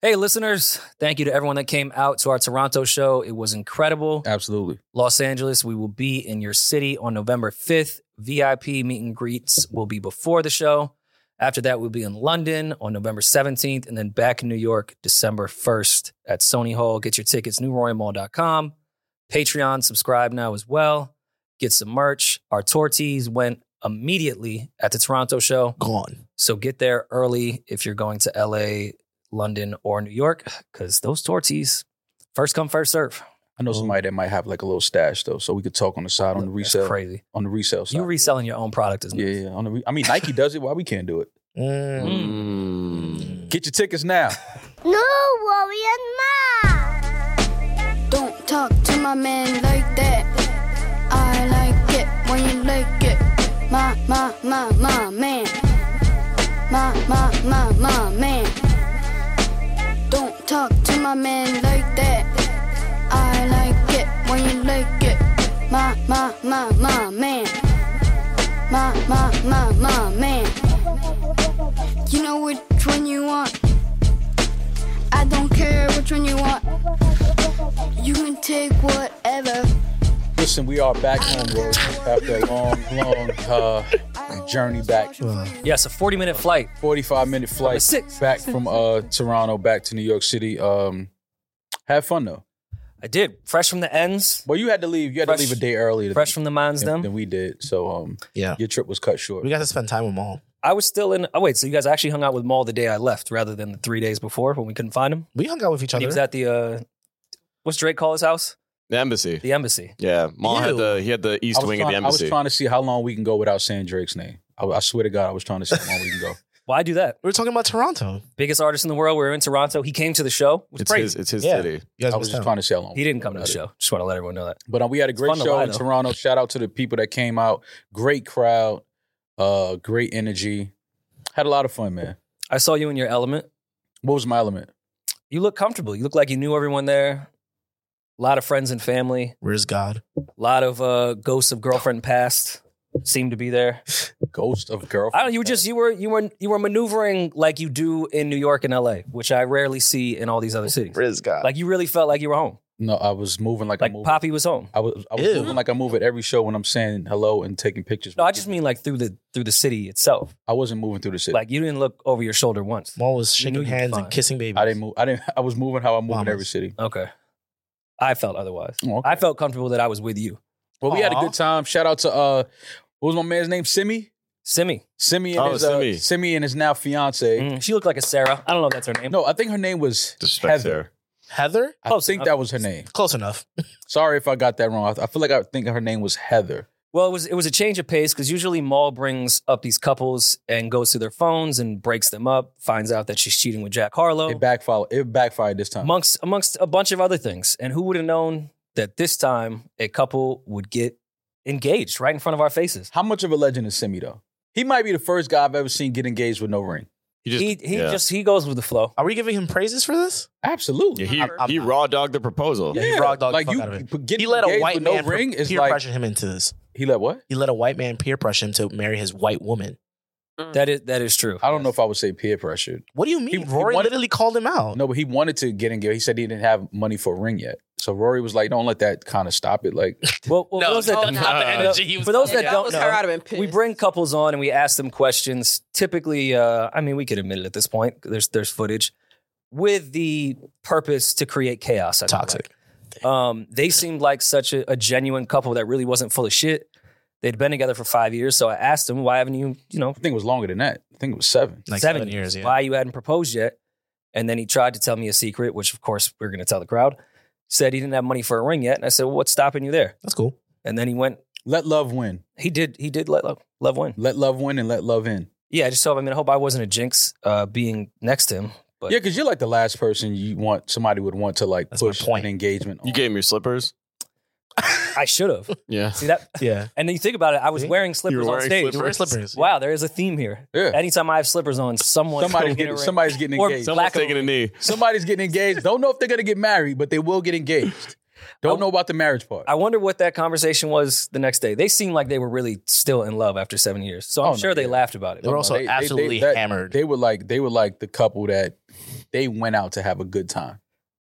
Hey, listeners, thank you to everyone that came out to our Toronto show. It was incredible. Absolutely. Los Angeles, we will be in your city on November 5th. VIP meet and greets will be before the show. After that, we'll be in London on November 17th and then back in New York December 1st at Sony Hall. Get your tickets, newroyalmall.com. Patreon, subscribe now as well. Get some merch. Our tour tees went immediately at the Toronto show. Gone. So get there early if you're going to LA, London, or New York, because those torties, first come, first serve. I know somebody that might have like a little stash though, so we could talk on the side on the Oh. That's resale crazy. on the resale side. You reselling your own product is yeah, yeah. On the re- I mean, Nike does it. Why we can't do it? Mm. Mm. Get your tickets now. No worry and mine. Don't talk to my man like that. I like it when you like it. My, my, my, my man. My, my, my, my man. Don't talk to my man like that. I like it when you like it. My, my, my, my man. My, my, my, my man. You know which one you want. I don't care which one you want. You can take whatever. Listen, we are back home, bro, after a long, long uh, journey back. Yes, a 40 minute flight. 45 minute flight Six. back from uh, Toronto back to New York City. Um, have fun though. I did. Fresh from the ends, Well, you had to leave. You had Fresh- to leave a day earlier fresh than, from the mines, than, them. we did. So um, Yeah. your trip was cut short. We got to spend time with Maul. I was still in. Oh, wait. So you guys actually hung out with Maul the day I left rather than the three days before when we couldn't find him? We hung out with each He other. was at the, uh, what's Drake call his house? The embassy. The embassy. Yeah, Maul had Ew. the he had the I east was wing trying- of the I was embassy. trying to see how long we can go without saying Drake's name. I, I swear to God, I was trying to see how long we can go. Why do that? we were talking about Toronto. Biggest artist in the world. We were in Toronto. He came to the show. It was It's crazy. his. It's his Yeah. city. You guys I was missed just out. trying to see how long He didn't come to the without it. show. Just want to let everyone know that. But um, we had a great fun to show lie, in though. Toronto. Shout out to the people that came out. Great crowd, uh, great energy. Had a lot of fun, man. I saw you in your element. What was my element? You look comfortable. You look like you knew everyone there. A lot of friends and family. Where's God? A lot of uh, ghosts of girlfriend past seemed to be there. Ghost of I girlfriend. don't. You were just you were you were you were maneuvering like you do in New York and L.A., which I rarely see in all these other cities. Riz God. Like you really felt like you were home. No, I was moving like, Like I move. Poppy was home. I was, I was Ew. moving like I move at every show when I'm saying hello and taking pictures. No, with I just people. mean like through the through the city itself. I wasn't moving through the city. Like you didn't look over your shoulder once. Maul was You knew shaking you'd hands find. and kissing babies. I didn't move. I didn't. I was moving how I move in Mamas. every city. Okay. I felt otherwise. Oh, okay. I felt comfortable that I was with you. Well, we had a Aw. good time. Shout out to uh, what was my man's name? Simi. Simi. Simi and Oh, his uh, Simi. Simi and his now fiance. Mm, she looked like a Sarah. I don't know if that's her name. No, I think her name was Disrespect Heather. there. Heather? I Close think enough. that was her name. Close enough. Sorry if I got that wrong. I, I feel like I think her name was Heather. Well, it was it was a change of pace because usually Maul brings up these couples and goes through their phones and breaks them up, finds out that she's cheating with Jack Harlow, It backfired. It backfired this time. amongst amongst a bunch of other things. And who would have known that this time a couple would get engaged right in front of our faces? How much of a legend is Simi though? He might be the first guy I've ever seen get engaged with no ring. He just he he yeah. just he goes with the flow. Are we giving him praises for this? Absolutely. Yeah, he I'm- he raw dogged the proposal. Yeah, he raw dogged the fuck out of it. p- getting He let a engaged white with man no ring peer is like pressure him into this. he let what? He let a white man peer pressure him to marry his white woman. That is that is true. I don't know if I would say peer pressure. What do you mean? He- he Rory wanted- literally called him out. No, but he wanted to get engaged. He said he didn't have money for a ring yet. So Rory was like, "Don't let that kind of stop it." Like, Well, well, for those that, no, not the energy for those that If don't was know, her, I'd have been pissed. we bring couples on and we ask them questions. Typically, uh, I mean, we could admit it at this point. There's there's footage with the purpose to create chaos. I feel Toxic. like. Um, they seemed like such a, a genuine couple that really wasn't full of shit. They'd been together for five years, so I asked them, "Why haven't you, you know, I think it was longer than that. I think it was seven. Like seven, seven years? years, yeah. Why you hadn't proposed yet?" And then he tried to tell me a secret, which of course we are going to tell the crowd. Said he didn't have money for a ring yet, and I said, well, "What's stopping you there?" That's cool. And then he went. Let love win. He did. He did let love, love win. Let love win and let love in. Yeah, I just hope. I mean, I hope I wasn't a jinx uh, being next to him. But- yeah, because you're like the last person you want somebody would want to like That's my push point. an engagement. You on. gave him your slippers. I should have. Yeah. See that? Yeah. And then you think about it. I was See? wearing slippers wearing on stage. You wear slippers. Wow, there is a theme here. Yeah. Anytime I have slippers on, someone somebody's getting somebody's getting Or engaged. some- Someone's Lack of- taking a knee. somebody's getting engaged. Don't know if they're gonna get married, but they will get engaged. Don't know about the marriage part. I wonder what that conversation was the next day. They seemed like they were really still in love after seven years. So I'm Oh, no, sure they yeah. laughed about it. They were also They- they- they- absolutely that- hammered. They were like they were like the couple that they went out to have a good time.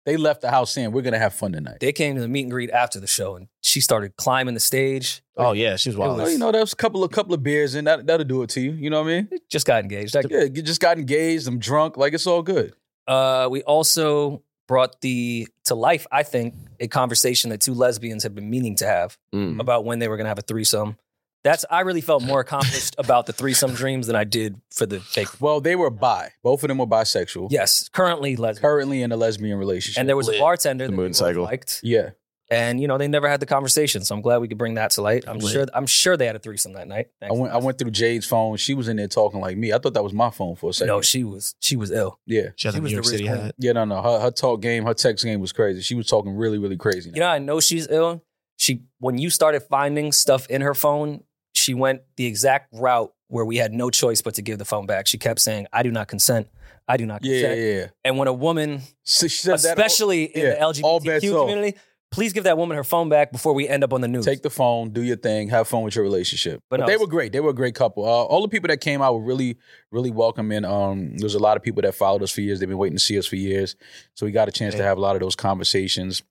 They left the house saying, "We're gonna have fun tonight." They came to the meet and greet after the show, and she started climbing the stage. Oh yeah, she was wild. Well, you know, that was a couple of couple of beers, and that that'll do it to you. You know what I mean? Just got engaged. I- Yeah, you just got engaged. I'm drunk. Like it's all good. Uh, we also brought the to life. I think a conversation that two lesbians had been meaning to have Mm. about when they were going to have a threesome. That's I really felt more accomplished about the threesome dreams than I did for the fake. Well, they were bi. Both of them were bisexual. Yes, currently lesbian. Currently in a lesbian relationship. And there was a Lit. bartender The that moon we both cycle. liked. yeah. and you know they never had the conversation. So I'm glad we could bring that to light. I'm Lit. sure I'm sure they had a threesome that night. I Thanks. went I went through Jade's phone. She was in there talking like me. I thought that was my phone for a second. no, she was she was ill. yeah. she had she the was New York the City rich queen. hat. Yeah, no, no. Her, her talk game, her text game was crazy. She was talking really, really crazy. You know I know she's ill. She when you started finding stuff in her phone, she went the exact route where we had no choice but to give the phone back. She kept saying, "I do not consent. I do not yeah, yeah, consent." yeah. And when a woman, So she said that all- especially in yeah, the all bets LGBTQ off. community, please give that woman her phone back before we end up on the news. oh, Take the phone, do your thing, have fun with your relationship. But But, no, they it's- were great. They were a great couple. Uh, all the people that came out were really, really welcoming. Um, there's a lot of people that followed us for years. They've been waiting to see us for years. So we got a chance to Yeah. have a lot of those conversations.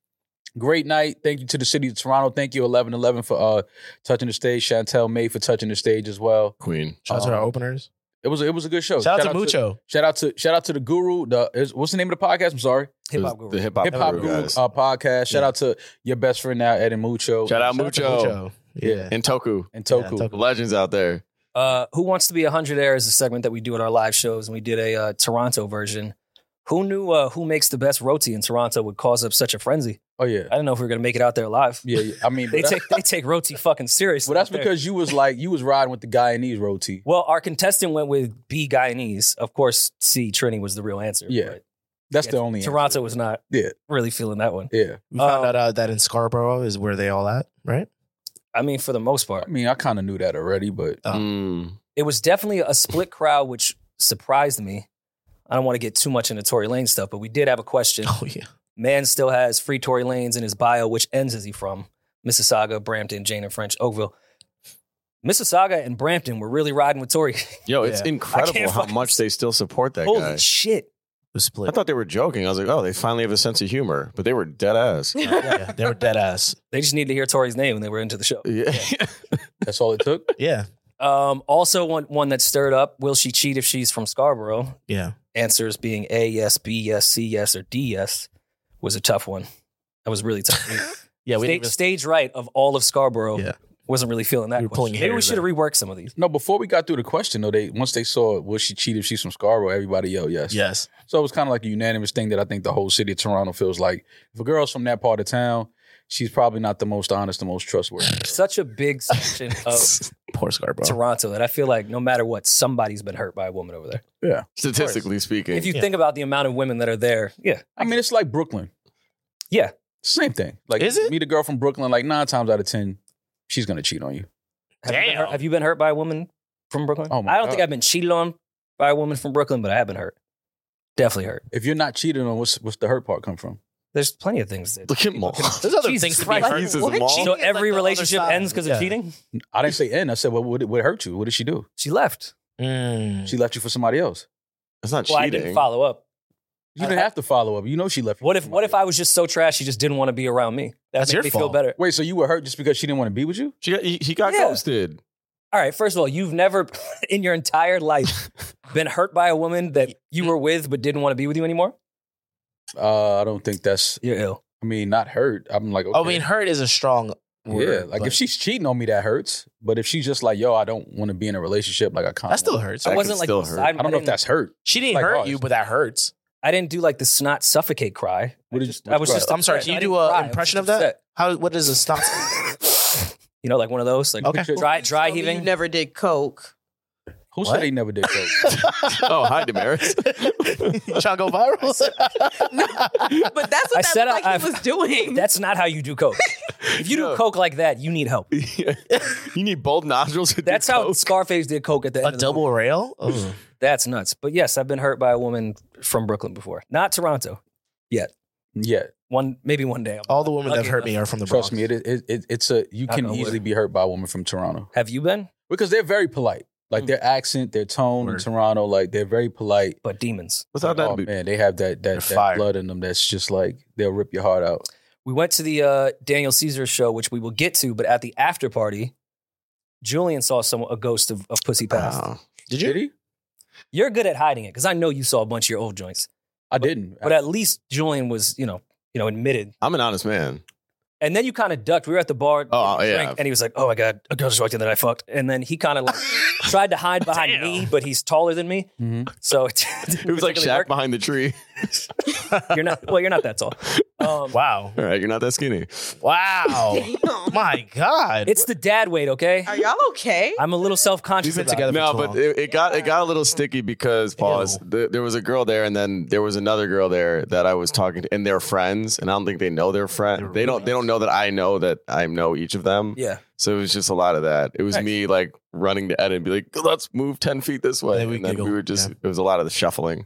Great night. Thank you to the city of Toronto. Thank you, 1111, for uh, touching the stage. Chantel May for touching the stage as well. Queen. Shout out to our openers. It was it was a good show. Shout, out to Mucho. Oh, Shout out to shout out to the guru. The is, what's the name of the podcast? I'm sorry, Hip hop It guru. was The hip hop Hip Hop guru Guru guys. uh, podcast. Shout out to your best friend now, Ed and Mucho. Shout out Shout out to Mucho. Yeah. Yeah. And Toku. and Toku. Yeah, Toku. The legends out there. Uh, Who Wants to Be a Hundred Air is a segment that we do at our live shows, and we did a uh, Toronto version. Who knew uh, who makes the best roti in Toronto would cause up such a frenzy? Oh yeah, I didn't know if we were gonna make it out there alive. yeah. yeah. I mean, They but that- take they take roti fucking seriously. Well, that's out there. because you was like you was riding with the Guyanese roti. well, our contestant went with B Guyanese. Of course, C Trini was the real answer. Yeah. but That's yeah, the only Toronto was not Yeah. really feeling that one. answer. We found Um, out uh, that in Scarborough is where they all at, right? I mean, for the most part. Yeah, I mean, I kind of knew that already, but Oh. Mm. it was definitely a split crowd, which surprised me. I don't want to get too much into Tory Lane stuff, but we did have a question. Oh yeah. Man still has free Tory Lanes in his bio. Which ends is he from? Mississauga, Brampton, Jane and French, Oakville. Mississauga and Brampton were really riding with Tory. Yo, it's Yeah. I can't incredible how fucking- much they still support that Holy guy. shit. The I split. thought they were joking. I was like, oh, they finally have a sense of humor, but they were dead ass. Yeah. yeah, they were dead ass. They just needed to hear Tory's name when they were into the show. Yeah. that's all it took. Yeah. Um, also, one, one that stirred up Will she cheat if she's from Scarborough? Yeah. Answers being A, yes, B, yes, C, yes, or D, yes was a tough one. That was really tough. Yeah. We Sta- didn't even- stage right of all of Scarborough. Yeah. Wasn't really feeling that. We were question. pulling Maybe we hairs should have reworked some of these. No, before we got through the question though, they once they saw will she cheat if she's from Scarborough, everybody yelled yes. yes. So it was kind of like a unanimous thing that I think the whole city of Toronto feels like. If a girl's from that part of town, she's probably not the most honest, the most trustworthy. Such a big section of Poor Scarborough. Toronto that I feel like no matter what, somebody's been hurt by a woman over there. Statistically speaking. If you Yeah. think about the amount of women that are there, yeah, I mean, it's like Brooklyn. Yeah. same thing. Like, Is it? meet a girl from Brooklyn? Like nine times out of ten, she's gonna cheat on you. Have, You, been Damn. hurt, have you been hurt by a woman from Brooklyn? Oh, my I don't God. think I've been cheated on by a woman from Brooklyn, but I have been hurt. Definitely hurt. If you're not cheating on, what's what's the hurt part come from? There's plenty of things that. Look at Maul. There's other Jesus things to be Christ. hurt. Jesus, Maul. So every relationship ends because of Yeah. cheating. I didn't say end. I said, well, what, what hurt you? What did she do? She left. Mm. She left you for somebody else. That's not Well, I didn't cheating. follow up. You didn't I- have to follow up. You know she left. you What for if What if I somebody was just so trash she just didn't want to be around me? That That's made your me feel fault. better. else. Wait, so you were hurt just because she didn't want to be with you? She got, he, he got Yeah. ghosted. All right. First of all, you've never in your entire life been hurt by a woman that you were with but didn't want to be with you anymore. Uh, I don't think that's. You're ill. I mean, not hurt. I'm like, Oh, okay. I mean, hurt is a strong yeah. word. Like but if she's cheating on me, that hurts. But if she's just like, yo, I don't want to be in a relationship. Like I can't. that still hurts. That I could wasn't like still beside hurt. my- I don't know if didn't- that's hurt. She didn't Like hurt ours. you, but that hurts. I didn't do like the snot suffocate cry. I What did just, you- I was what just. cry? I'm sorry. upset. Can I you didn't do a cry. I was impression just of that? How? What does a stop? upset. You know, like one of those, like Okay. dry You dry told me You heaving. never did coke. Who What? said they never did? coke? Oh, hi, Damaris. you trying to go viral? But that's I what that said looked like I've- he was doing. That's not how you do coke. If you do No. coke like that, you need help. you need bold nodules. To do That's how coke. Scarface did coke at the a end. of the movie. double rail? Ugh. That's nuts. But yes, I've been hurt by a woman from Brooklyn before, not Toronto. yeah. One maybe one day. Oh. All the women that Okay, have hurt me are from the Bronx. Trust me, it, is- it, it it's a you I can know easily where. be hurt by a woman from Toronto Have you been? because they're very polite. Hmm. Like their accent, their tone in Word. Toronto, like they're very polite. but demons. Without that, oh boot. man, they have that that, that fire. blood in them that's just like they'll rip your heart out. We went to the uh, Daniel Caesar show, which we will get to, but at the after party, Julian saw some a ghost of, of Pussy Past. Wow. Did Did you? he? You're good at hiding it because I know you saw a bunch of your old joints. I didn't. But at least Julian was, you know, you know, admitted. I'm an honest man. And then you kind of ducked. We were at the bar, Oh, getting a yeah. drink, and he was like, "Oh my god, a girl just walked in that I fucked." And then he kind of like tried to hide behind me, but he's taller than me, Mm-hmm. Mhm. so it, didn't It was like particularly Shaq behind the tree. work. You're not well. You're not that tall. Um, Wow. All right, you're not that skinny. Wow. Damn. My God. It's the dad weight, okay? Are y'all okay? I'm a little self conscious. We've been together No, for too but long. it, it got it got a little sticky because pause. Th- there was a girl there, and then there was another girl there that I was talking to, and they're friends, and I don't think they know they're friends. They don't they don't know that I know that I know each of them. Yeah, So it was just a lot of that. It was Nice. me like running to Ed and be like, "Let's move ten feet this way." then we and then giggle. we were just Yeah. it was a lot of the shuffling.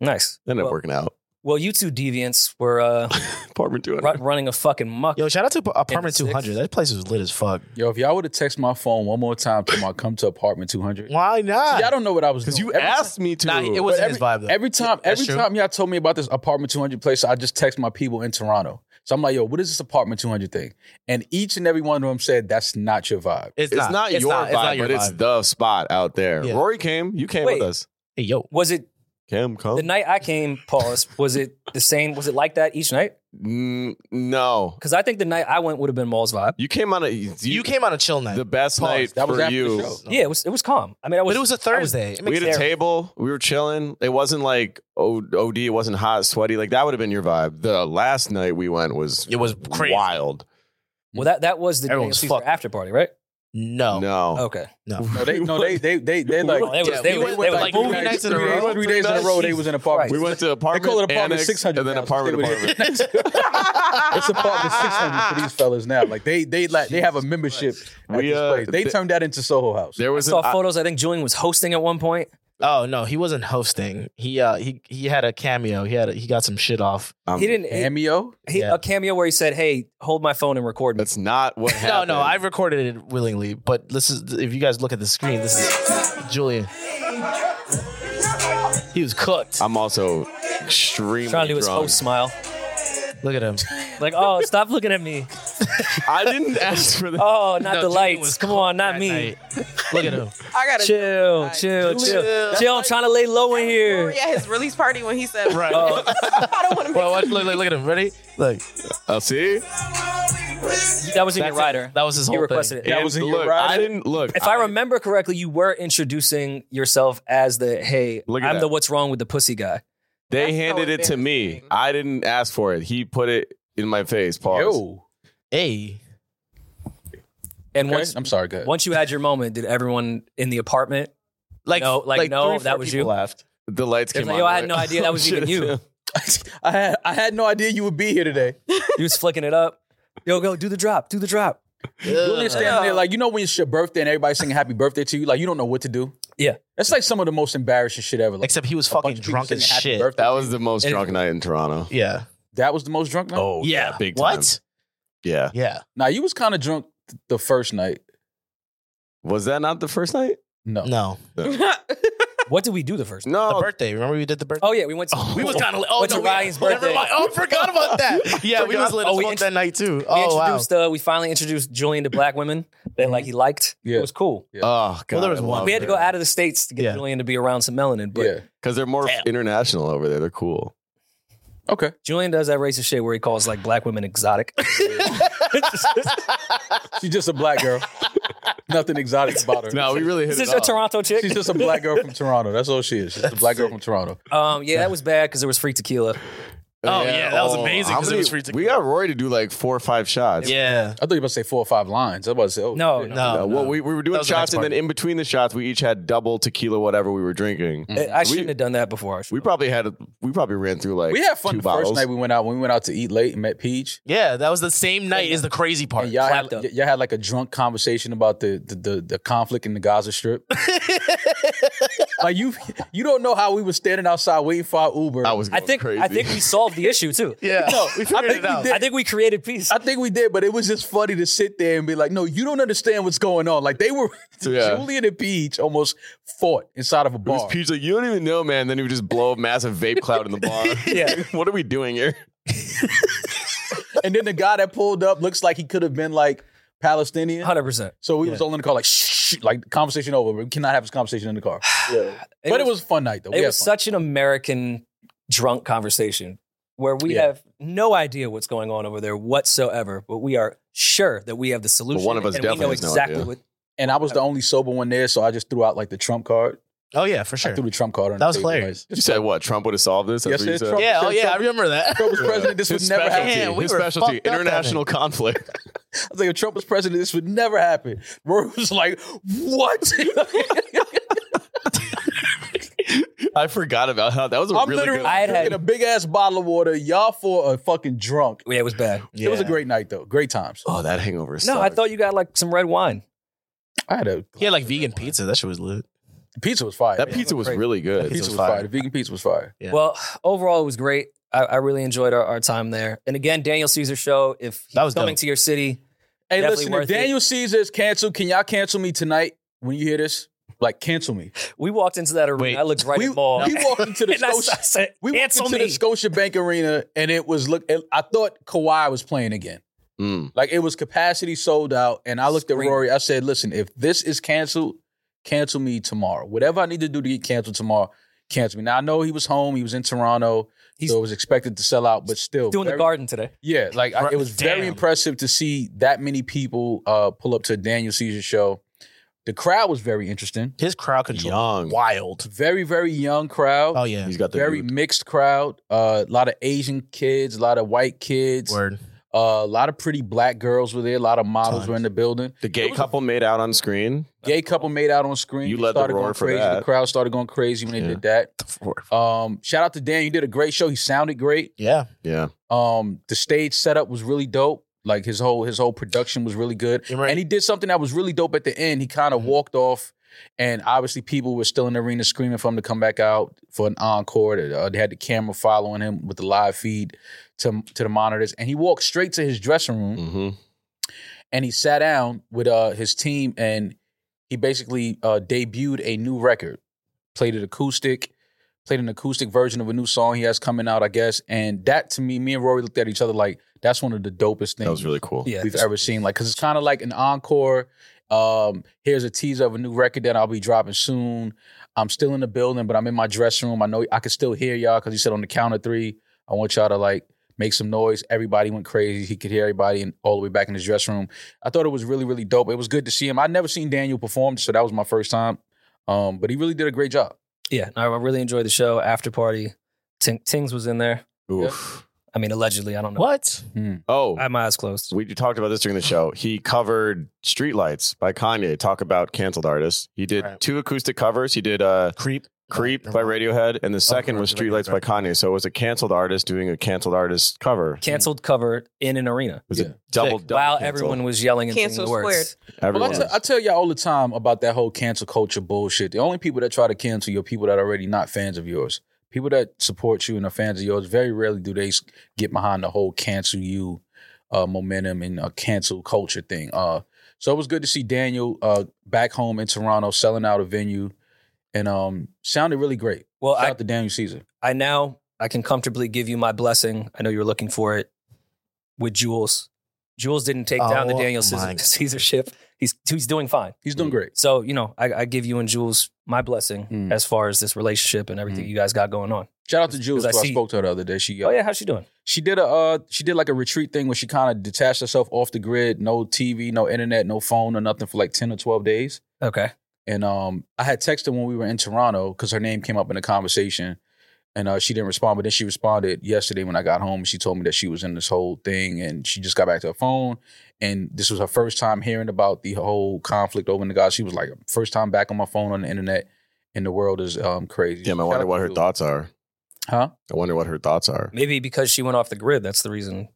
nice. Ended well, up working out. well, you two deviants were uh, Apartment two ru- hundred. running a fucking muck. Yo, shout out to uh, Apartment six. 200. That place is lit as fuck. Yo, if y'all would have texted my phone one more time to my come to apartment 200. Why not? Y'all don't know what I was doing. Because you Every- asked me to. Nah, it wasn't his vibe though. Every time, That's every true. time y'all told me about this apartment 200 place, I just text my people in Toronto. So I'm like, yo, what is this apartment 200 thing? And each and every one of them said, that's not your vibe. it's not, your vibe, it's not your but it's vibe. the spot out there. Yeah. Rory came. You came Wait. with us. Hey, yo. Was it Cam, Oh. come. the night I came? Pause. Was it the same? Was it like that each night? Mm, no, Because I think the night I went would have been Maul's vibe. you came on a. You, You, came on a chill night. the best Pause. night That for was after you. the show. Yeah, it was. It was calm. I mean, I was. Oh. but it was a I was- Thursday. It We makes had a sense. table. We were chilling. It wasn't like O- OD. It wasn't hot, sweaty. Like that would have been your vibe. The last night we went was It was crazy. wild. well, that that was the Everyone Daniel was Caesar fucked. after party, right? No. No. Okay. No, they, no, they, they, they, they like, Well, they was- Yeah, they we was- they went was like movie three nights in a three days- row. Three days in a row, they was in apartment. We went to They apartment. call it apartment annex, 600 and then now. apartment Stay apartment. with it. it's apartment 600 for these fellas now. Like they, they, like they have a membership. at We, this uh, place. They th- turned that into Soho House. There I was saw an, photos. I think Julian was hosting at one point. Oh no, he wasn't hosting. He uh he he had a cameo. He had a, he got some shit off. um, he didn't. He, Cameo. he- Yeah. A cameo where he said, "Hey, hold my phone and record me." That's not what No, happened. no, I recorded it willingly, but this is if you guys look at the screen, this is Julian. He was cooked. I'm also extremely Trying to do his drunk. host smile. Look at him. Like, oh, stop looking at me. I didn't ask for that. Oh, not No, the Julian lights. was Come on, not That me. night. Look at him. I gotta Chill, Alright. chill, chill, chill. That's I'm trying to lay low in here. Yeah, his release party when he said, Right. Oh, I don't want to. Well, watch, look, look, look at him. Ready? Look. Uh, see, that was in your That's it. rider. That was his He whole thing. requested it. That And was in your look. ride? I didn't look. If I remember correctly, you were introducing yourself as the hey, Look at I'm that. the what's wrong with the pussy guy. They That's so handed oh, it to me. embarrassing. I didn't ask for it. He put it in my face. Pause. Yo. Hey. And Okay. once I'm sorry, go ahead. once you had your moment, did everyone in the apartment? Like No, like, no, three, four that was people you. Laughed. The lights came Like, on. yo, I right? Oh, had no idea that was even Shit, it's you. him. I had I had no idea you would be here today. He was flicking it up. Yo, go do the drop, do the drop. You understand? that, Like you know when it's your birthday and everybody's singing happy birthday to you, like you don't know what to do. Yeah. that's like some of the most embarrassing shit ever. Like, Except he was a bunch fucking of people drunk as singing happy shit. birthday. That was the most And- drunk night in Toronto. Yeah. That was the most drunk night. Oh yeah. big time. what? Yeah. Yeah. Now you was kind of drunk th- the first night. Was that not the first night? No, No. What did we do the first? The No. birthday. Remember we did the birthday? Oh yeah, we went. To, We was kind of went to Ryan's birthday. Never mind. Oh, forgot about that. Yeah, we Forgot. was lit Oh, as we fuck int- that night too. We Oh wow. introduced. Uh, we finally introduced Julian to black women that like he liked. Yeah. It was cool. Oh god. Well, there was one. We had to go out of the states to get Yeah. Julian to be around some melanin. But yeah, because they're more Damn. international over there. They're cool. okay. Julian does that racist shit where he calls like black women exotic. She's just a black girl. Nothing exotic about her. No, we really hit Is this it a off. Toronto chick? she's just a black girl from Toronto. That's all she is. She's just a black girl from Toronto. Um, yeah, that was bad because there was free tequila. Oh, yeah, that was amazing how 'cause it many- was free to- We got Roy to do like four or five shots. Yeah. I thought you were about to say four or five lines. I was about to say, oh, No, shit. No. Uh, well, we, we were doing That was the shots, next and then part. in between the shots, we each had double tequila, whatever we were drinking. I- I We- shouldn't have done that before. We probably had we probably ran through like we had fun two the first bottles. night we went out. When we went out to eat late and met Peach. Yeah, that was the same night is the crazy part. And y'all had, clapped up. y- y'all had like a drunk conversation about the the, the, the conflict in the Gaza Strip. like you you don't know how we were standing outside waiting for our Uber. I was I going think crazy. I think we saw solved the issue too. Yeah. No, I figured think it we out. did. I think we created peace. I think we did, but it was just funny to sit there and be like, "No, you don't understand what's going on." Like they were, Yeah. Julian and Peach almost fought inside of a It was bar. Peach like, you don't even know, man. Then he would just blow a massive vape cloud in the bar. Yeah. what are we doing here? And then the guy that pulled up looks like he could have been like Palestinian. Hundred percent. So we was all in the car, like shh, shh, like conversation over. We cannot have this conversation in the car. but it was a fun night though. We it had was fun. such an American drunk conversation where we Yeah. have no idea what's going on over there whatsoever, but we are sure that we have the solution. one of us and we know definitely has no exactly idea. what. and I was the only sober one there, so I just threw out like the Trump card. Oh yeah, for sure. I threw the Trump card on. That the was table, hilarious. like, You said what? Trump would have solved this? Yes, That's what you it's said? Trump. Yeah. Oh yeah, I remember that. Trump was president. This His would never happen. specialty, Man, we his were specialty, fucked up that international conflict. I was like, if Trump was president, this would never happen. Rory was like, "What?" I forgot about how that was a I'm really literally good. I had had- drinking a big ass bottle of water. Y'all four are fucking drunk. Yeah, it was bad. It was a Yeah. great night though. Great times. oh, that hangover. No, I sucked. thought you got like some red wine. I had a He had like vegan pizza. That shit was lit. pizza was fire. that man. pizza was Great. really good. pizza was was fire. fire. The vegan pizza was fire. Yeah. Well, overall, it was great. I, I really enjoyed our, our time there. And again, Daniel Caesar show. If he's That was coming dope. to your city, Hey, Definitely listen, worth if it. Daniel Caesar is canceled, can y'all cancel me tonight when you hear this? Like, cancel me. we walked into that arena. Wait. I looked right we, at Maul. we walked into the and I, s- I Scotia. said, We walked cancel into me. the Scotiabank Arena, and it was look. It, I thought Kawhi was playing again. Mm. Like it was capacity sold out, and I looked at Scream. Rory. I said, "Listen, if this is canceled, cancel me tomorrow. Whatever I need to do to get canceled tomorrow, cancel me." Now I know he was home. He was in Toronto, He's- so it was expected to sell out, but still Doing the very- garden today. Yeah, like I, it was very Damn. impressive to see that many people uh, pull up to a Daniel Caesar show. The crowd was very interesting. His crowd control. Young. Wild. Very, very young crowd. Oh yeah. He's got the very boot. mixed crowd. Uh, a lot of Asian kids, a lot of white kids, uh, Word. a lot of pretty black girls were there. A lot of models Tons. were in the building. The It gay was couple made out on screen. Gay couple made out on screen. You They led the started roar going for crazy. The that. crowd started going crazy when they Yeah. did that. Um, shout out to Dan. You did a great show. He sounded great. Yeah. Yeah. Um, the stage setup was really dope. Like his whole his whole production was really good. You're right. And he did something that was really dope at the end. He kind of Mm-hmm. Mhm. walked off, and obviously people were still in the arena screaming for him to come back out for an encore. They- uh, they had the camera following him with the live feed to to the monitors, and he walked straight to his dressing room hmm and he sat down with uh, his team, and he basically uh, debuted a new record. Played it acoustic, played an acoustic version of a new song he has coming out, I guess. And that to me, me and Rory looked at each other like that's one of the dopest things That was really cool. Yeah. we've ever seen. Like, cause it's kind of like an encore. Um, here's a teaser of a new record that I'll be dropping soon. I'm still in the building, but I'm in my dressing room. I know I can still hear y'all because he said on the count of three, I want y'all to like make some noise. Everybody went crazy. He could hear everybody and all the way back in his dressing room. I thought it was really, really dope. It was good to see him. I'd never seen Daniel perform, so that was my first time. Um, but he really did a great job. Yeah, no, I really enjoyed the show. After party, Ting, Tings was in there. Oof. I mean, allegedly, I don't know. What? Hmm. Oh, I had my eyes closed. we talked about this during the show. He covered "Streetlights" by Kanye. Talk about canceled artists. He did Right. two acoustic covers. He did uh, Creep. "Creep" Never by mind. Radiohead, and the second right, was right, right, "Streetlights" by Kanye. So it was a canceled artist doing a canceled artist cover. It Canceled cover in an arena was Yeah. a double Sick. double. while cancel. everyone was yelling and singing Cancel the words. Well, Everyone. I, t- I tell y'all all the time about that whole cancel culture bullshit. The only people that try to cancel you are people that are already not fans of yours. People that support you and are fans of yours, very rarely do they s- get behind the whole cancel you uh, momentum and uh, cancel culture thing. Uh, so it was good to see Daniel uh, back home in Toronto selling out a venue and um, sounded really great. Well, Shout I, out to Daniel Caesar. I now I can comfortably give you my blessing. I know you were looking for it with Jules. Jules didn't take down the Oh, Daniel my Caesar, Caesar ship. He's he's doing fine. He's doing great. So you know, I, I give you and Jules my blessing Mm. Hmm. as far as this relationship and everything you guys got going on. Shout out to Jules. 'Cause I who I, see- spoke to her the other day. She uh, Oh yeah, how's she doing? She did a uh, she did like a retreat thing where she kind of detached herself off the grid, no TV, no internet, no phone, or nothing for like ten or twelve days. Okay. And um, I had texted her when we were in Toronto because her name came up in the conversation, and uh, she didn't respond. But then she responded yesterday when I got home. She told me that she was in this whole thing, and she just got back to her phone. And this was her first time hearing about the whole conflict over the guy. She was like, first time back on my phone on the internet, and the world is um crazy. Damn, I Shout wonder out what to her Jules. thoughts are. Huh? I wonder what her thoughts are. Maybe because she went off the grid, that's the reason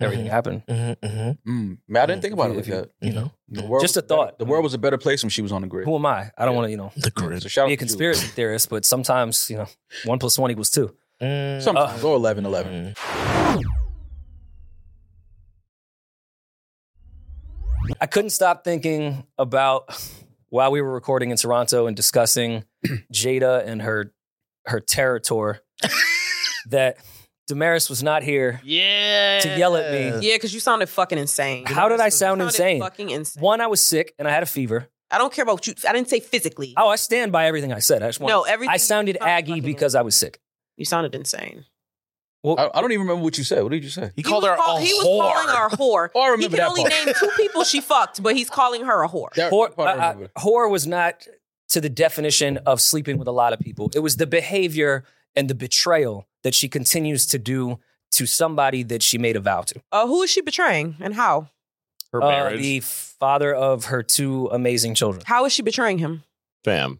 everything Mhm. happened. Mm-hmm, mm-hmm. Mm. Man, I didn't Mm, think about if it you- like if you- that. You know The world Just was a thought. better- the world was a better place when she was on the grid. Who am I? I don't Yeah. want to, you know, the So grid. shout out be a to Jules. conspiracy theorist, but sometimes, you know, one plus one equals two. Mm, Sometimes or eleven eleven. mm. I couldn't stop thinking about while we were recording in Toronto and discussing Jada and her her terror tour that Damaris was not here. Yeah. To yell at me. Yeah, because you sounded fucking insane. How did I sound You sounded insane? Fucking insane. One, I was sick and I had a fever. I don't care about you. I didn't say physically. Oh, I stand by everything I said. I just want no, everything. I sounded you sounded aggy fucking because I was sick. insane. you sounded insane. I, I don't even remember what you said. What did you say? He called her was a call- He was calling her a whore. whore. Oh, I he remember can that only part. name two people she fucked, but he's calling her a whore. That Whore, part I uh, uh, remember. whore was not to the definition of sleeping with a lot of people. It was the behavior and the betrayal that she continues to do to somebody that she made a vow to. Uh, who is she betraying and how? Her Uh, marriage. the father of her two amazing children. How is she betraying him? Bam.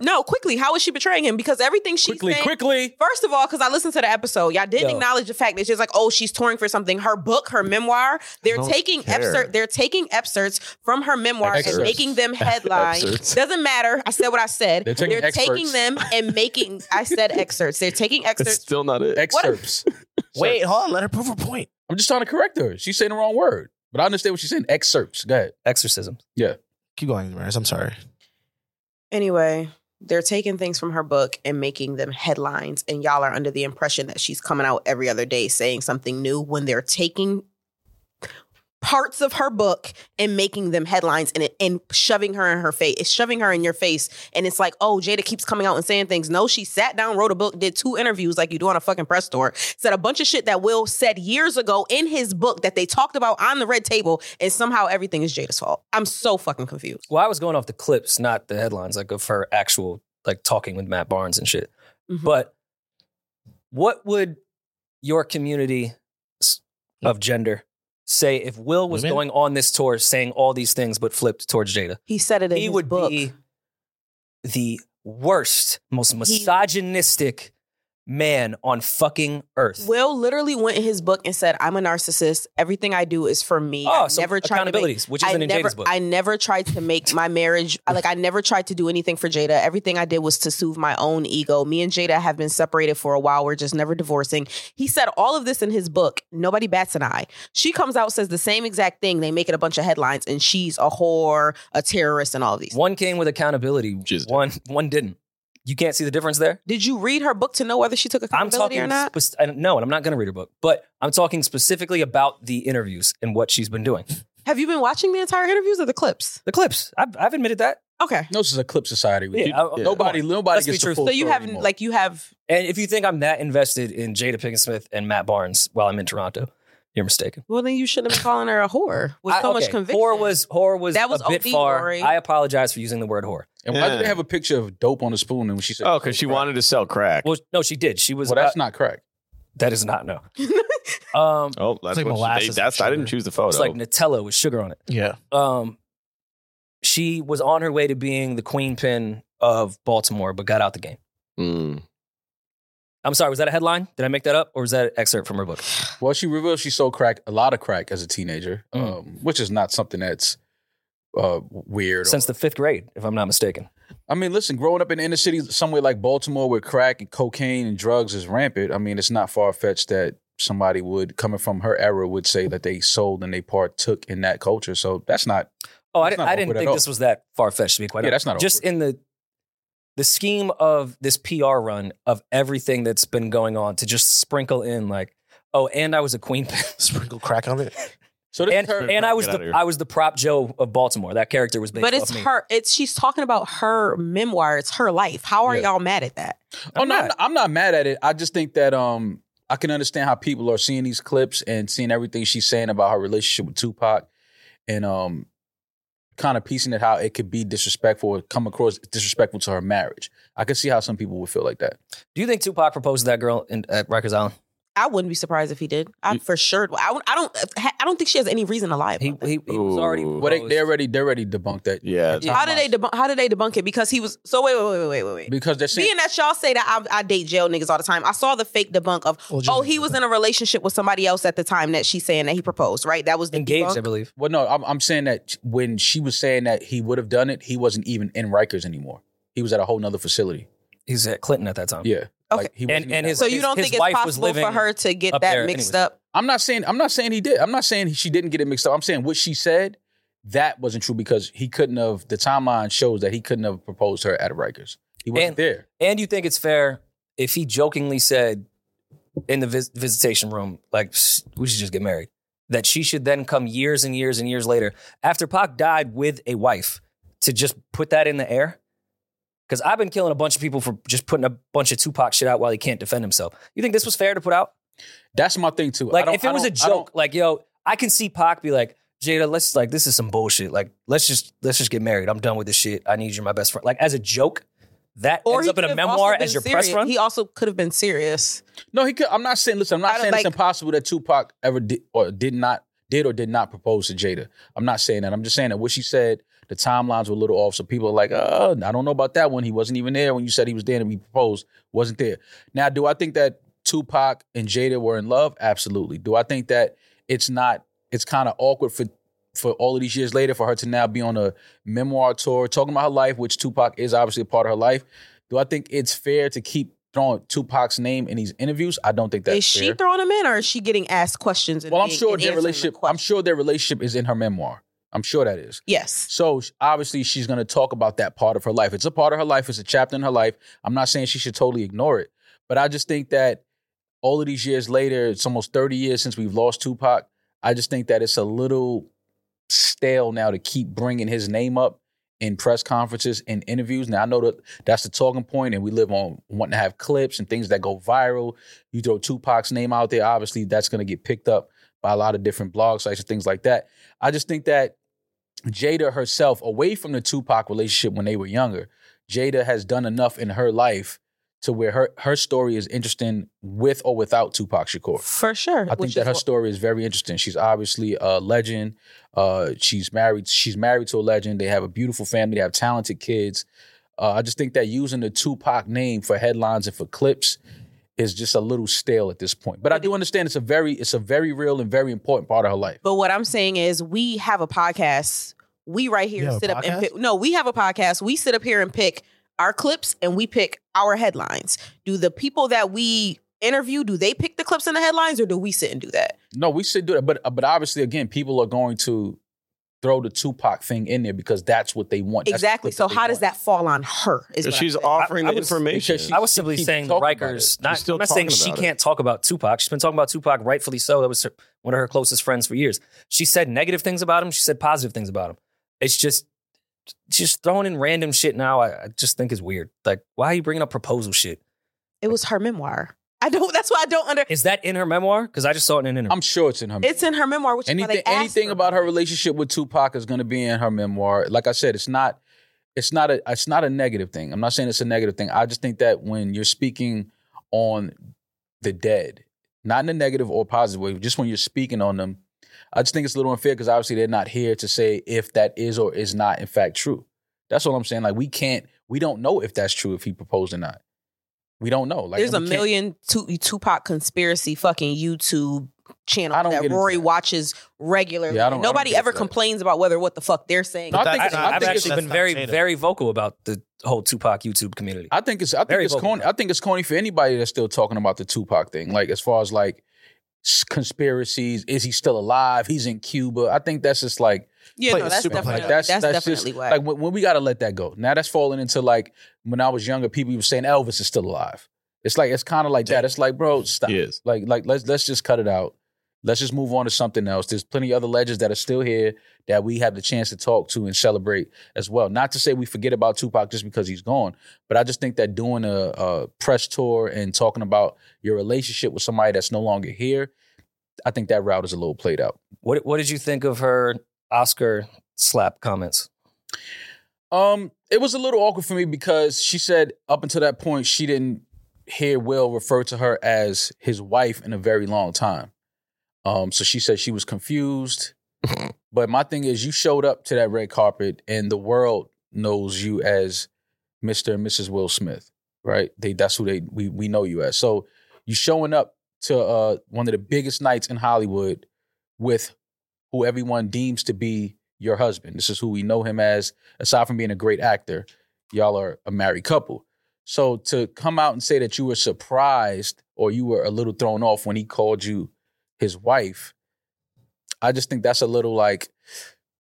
No, quickly. How is she betraying him? Because everything she's quickly, saying- quickly. First of all, because I listened to the episode, y'all didn't Yo. acknowledge the fact that she's like, oh, she's touring for something. Her book, her memoir, they're don't taking care. excerpt, they're taking excerpts from her memoir and Excerpts. making them headlines. Excerpts. Doesn't matter. I said what I said. They're taking experts. them and making. I said excerpts. They're taking That's excerpts. still not it. Excerpts. Wait, hold on. Let her prove her point. I'm just trying to correct her. She's saying the wrong word, but I understand what she's saying. Excerpts. Go ahead. Exorcism. Keep going, Damaris. I'm sorry. Anyway, they're taking things from her book and making them headlines, and y'all are under the impression that she's coming out every other day saying something new when they're taking parts of her book and making them headlines and it, and shoving her in her face. It's shoving her in your face, and it's like, oh, Jada keeps coming out and saying things. No, she sat down, wrote a book, did two interviews like you do on a fucking press tour, said a bunch of shit that Will said years ago in his book that they talked about on the red table, and somehow everything is Jada's fault. I'm so fucking confused. Well, I was going off the clips, not the headlines, like of her actual like talking with Matt Barnes and shit. Mhm. But what would your community s- of gender say if Will was Women? going on this tour saying all these things but flipped towards Jada? He said it in he his would book. be the worst, most misogynistic man on fucking earth. Will literally went in his book and said, "I'm a narcissist. Everything I do is for me. oh, I so never tried to make, accountabilities, which I isn't in never, Jada's book. I never tried to make my marriage. Like I never tried to do anything for Jada. Everything I did was to soothe my own ego. Me and Jada have been separated for a while. We're just never divorcing. He said all of this in his book. Nobody bats an eye. She comes out says the same exact thing. They make it a bunch of headlines, and she's a whore, a terrorist, and all of these. one came with accountability, Jizz one one didn't. You can't see the difference there. Did you read her book to know whether she took I'm accountability talking or not? spec- I don't- no, and I'm not going to read her book, but I'm talking specifically about the interviews and what she's been doing. Have you been watching the entire interviews or the clips? The clips, I've, I've admitted that. Okay. No, this is a clip society. Yeah, You- I- I- nobody, nobody Let's be gets the truthful. full So you story have anymore. like you have And if you think I'm that invested in Jada Pinkett Smith and Matt Barnes while I'm in Toronto, you're mistaken. Well, then you shouldn't have been calling her a whore with so I- much okay, conviction. Whore was whore was That was a bit OD, far. Lori. I apologize for using the word whore. and why did they Yeah. have a picture of dope on a spoon? And she said, Oh, because she wanted to sell crack. Well, no, she did. She was. Well, that's uh, not crack. that is not no. Oh, um, Oh, that's like what molasses she, and they, that's I didn't sugar. choose the Oh, photo. it's like Nutella with sugar on it. Yeah. Um, she was on her way to being the queen pin of Baltimore, but got out the game. Mm. I'm sorry. Was that a headline? Did I make that up, or was that an excerpt from her book? Well, she revealed she sold crack, a lot of crack as a teenager, Mm. um, which is not something that's uh, weird. Since the fifth grade, if I'm not mistaken. I mean, listen, growing up in inner city somewhere like Baltimore where crack and cocaine and drugs is rampant, I mean, it's not far fetched that somebody would, coming from her era, would say that they sold and they partook in that culture. So that's not, Oh, I, That's di- not I didn't awkward at think all. this was that far fetched to be quite Yeah, honest. that's not just awkward. in the the scheme of this PR run of everything that's been going on to just sprinkle in like, oh, and I was a queen, pin. Sprinkle crack on it. so this and is her, and I was Get outta the here. I was the prop Joe of Baltimore. That character was based but off it's me. her. It's she's talking about her memoir. It's her life. How are Yeah. y'all mad at that? Oh I'm no, I'm not. not- I'm not mad at it. I just think that um I can understand how people are seeing these clips and seeing everything she's saying about her relationship with Tupac and um kind of piecing it how it could be disrespectful or come across disrespectful to her marriage. I can see how some people would feel like that. Do you think Tupac proposed to that girl in, at Rikers Island? I wouldn't be surprised if he did. I for sure. I, would- I don't. I don't think she has any reason to lie. About He that. he, he was already. Ooh. But they, proposed. they already they already debunked that Yeah. Yeah. how did they debunk? How did they debunk it? Because he was. So wait, wait, wait, wait, wait, wait. because they're saying Being that y'all say that I, I date jail niggas all the time, I saw the fake debunk of Well, Joe- oh he was in a relationship with somebody else at the time that she's saying that he proposed. Right, that was the engaged, I debunk. believe. well no, I'm, I'm saying that when she was saying that he would have done it, he wasn't even in Rikers anymore. He was at a whole nother facility. He's at Clinton at that time. Yeah. Okay. Like, he And- he and his- So you don't his think wife it's was possible for living her to get up that there mixed anyways. up? I'm not saying I'm not saying he did. I'm not saying she didn't get it mixed up. I'm saying what she said that wasn't true because he couldn't have. The timeline shows that he couldn't have proposed to her at Rikers. He wasn't And- there. And you think it's fair if he jokingly said in the vis- visitation room, like, "Psst, we should just get married, that she should then come years and years and years later after Pac died with a wife to just put that in the air? Because I've been killing a bunch of people for just putting a bunch of Tupac shit out while he can't defend himself. You think this was fair to put out? That's my thing too. I Like, don't- if it I was a don't- I don't- joke, like, yo, I can see Pac be like, Jada, let's like this is some bullshit. Like, let's just let's just get married. I'm done with this shit. I need you, my best friend. Like, as a joke, that ends he up in a could have also memoir been as your press serious. run. He also could have been serious. No, he could. I'm not saying. Listen, I'm I not don't saying it's like- impossible that Tupac ever did or did not did or did not propose to Jada. I'm not saying that. I'm just saying that what she said, the timelines were a little off. So people are like, "Oh, I don't know about that one. He wasn't even there when you said he was there and he proposed. Wasn't there." Now, do I think that Tupac and Jada were in love? Absolutely. Do I think that it's not? It's kind of awkward for for all of these years later for her to now be on a memoir tour talking about her life, which Tupac is obviously a part of her life. Do I think it's fair to keep throwing Tupac's name in these interviews? I don't think that's is she fair. throwing him in, or is she getting asked questions? And well, I'm being- sure and their answering the relationship. I'm question? sure their relationship is in her memoir. I'm sure that is. Yes. So sh- obviously, she's going to talk about that part of her life. It's a part of her life. It's a chapter in her life. I'm not saying she should totally ignore it, but I just think that all of these years later, it's almost 30 years since we've lost Tupac. I just think that it's a little stale now to keep bringing his name up in press conferences and interviews. Now I know that that's the talking point, and we live on wanting to have clips and things that go viral. You throw Tupac's name out there, obviously that's going to get picked up by a lot of different blog sites and things like that. I just think that Jada herself, away from the Tupac relationship when they were younger, Jada has done enough in her life to where her her story is interesting with or without Tupac Shakur. For sure. I think that her story is very interesting. She's obviously a legend. Uh, she's married. She's married to a legend. They have a beautiful family. They have talented kids. Uh, I just think that using the Tupac name for headlines and for clips is just a little stale at this point. But I do understand it's a very it's a very real and very important part of her life. But what I'm saying is, we have a podcast. We right You here have a sit up and podcast? pick. No, we have a podcast. We sit up here and pick our clips, and we pick our headlines. Do the people that we interview do they pick the clips and the headlines, or do we sit and do that? No, we should do that. But but obviously, again, people are going to throw the Tupac thing in there because that's what they want. That's the exactly. clip So they how does want. that fall on her? Is what I'm she's saying. offering I- I the was- information. because she- I was simply keep saying the talking about Rikers. it. Not, She's still I'm not saying talking she about it. can't talk about Tupac. She's been talking about Tupac rightfully so. That was her, one of her closest friends for years. She said negative things about him. She said positive things about him. It's just she's just throwing in random shit now. I, I just think is weird. Like, why are you bringing up proposal shit? It was her memoir. I don't. That's why I don't under. Is that in her memoir? Because I just saw it in an interview. I'm sure it's in her. It's in her memoir, which is why anything they asked anything about her relationship with Tupac is going to be in her memoir. Like I said, it's not it's not a it's not a negative thing. I'm not saying it's a negative thing. I just think that when you're speaking on the dead, not in a negative or positive way, just when you're speaking on them, I just think it's a little unfair because obviously they're not here to say if that is or is not in fact true. That's all I'm saying. Like we can't we don't know if that's true if he proposed or not. We don't know. Like There's we a can't- million tu- Tupac conspiracy fucking YouTube channels I don't get that into Rory that. watches regularly. Yeah, I don't- I don't Nobody get ever into that. complains about whether what the fuck they're saying. No, I But think that's it's- not- I, I have think it's- actually that's been not very, Jada. very vocal about the whole Tupac YouTube community. I think it's I think Very it's vocal corny. about I think it's corny for anybody that's still talking about the Tupac thing. Like as far as like s- conspiracies, is he still alive? He's in Cuba. I think that's just like yeah, Play no, it that's super definitely plain. that's, That's- that's definitely just- whack. like when, when we got to let that go. Now that's falling into like when I was younger, people were saying Elvis is still alive. It's like it's kind of like that. It's like bro, stop. He is. Like like let's let's just cut it out. Let's just move on to something else. There's plenty of other legends that are still here that we have the chance to talk to and celebrate as well. Not to say we forget about Tupac just because he's gone, but I just think that doing a, a press tour and talking about your relationship with somebody that's no longer here, I think that route is a little played out. What What did you think of her Oscar slap comments? Um, it was a little awkward for me because she said up until that point she didn't hear Will refer to her as his wife in a very long time. Um, so she said she was confused. but my thing is, you showed up to that red carpet, and the world knows you as Mr. and Mrs. Will Smith, right? They that's who they we we know you as. So you showing up to uh one of the biggest nights in Hollywood with who everyone deems to be your husband. This is who we know him as aside from being a great actor, y'all are a married couple. So to come out and say that you were surprised or you were a little thrown off when he called you his wife, I just think that's a little like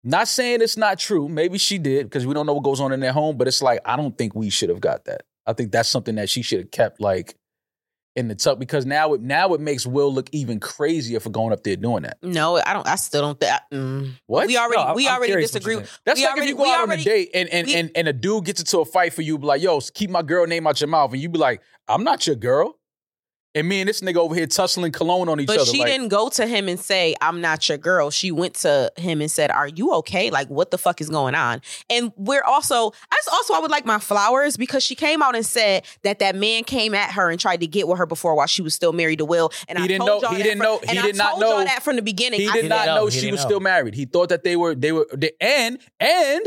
not saying it's not true. Maybe she did because we don't know what goes on in their home, but it's like I don't think we should have got that. I think that's something that she should have kept like in the tuck because now it now it makes Will look even crazier for going up there doing that. No, I don't. I still don't. Th- I- mm. What? We already No, I'm- we I'm already curious what you disagree. think. That's we like already- if you go we out on a already- date and and, we- and and a dude gets into a fight for you, be like, yo, keep my girl name out your mouth, and you be like, I'm not your girl. And me and this nigga over here tussling cologne on each But other. she like, didn't go to him and say, "I'm not your girl." She went to him and said, "Are you okay? Like, what the fuck is going on?" And we're also, I just also I would like my flowers because she came out and said that that man came at her and tried to get with her before while she was still married to Will. And He I didn't told know- y'all he that didn't from- know- he and I did not told know- y'all that from the beginning. He I did said, not know, know he she didn't was know. still married. He thought that they were they were they, and and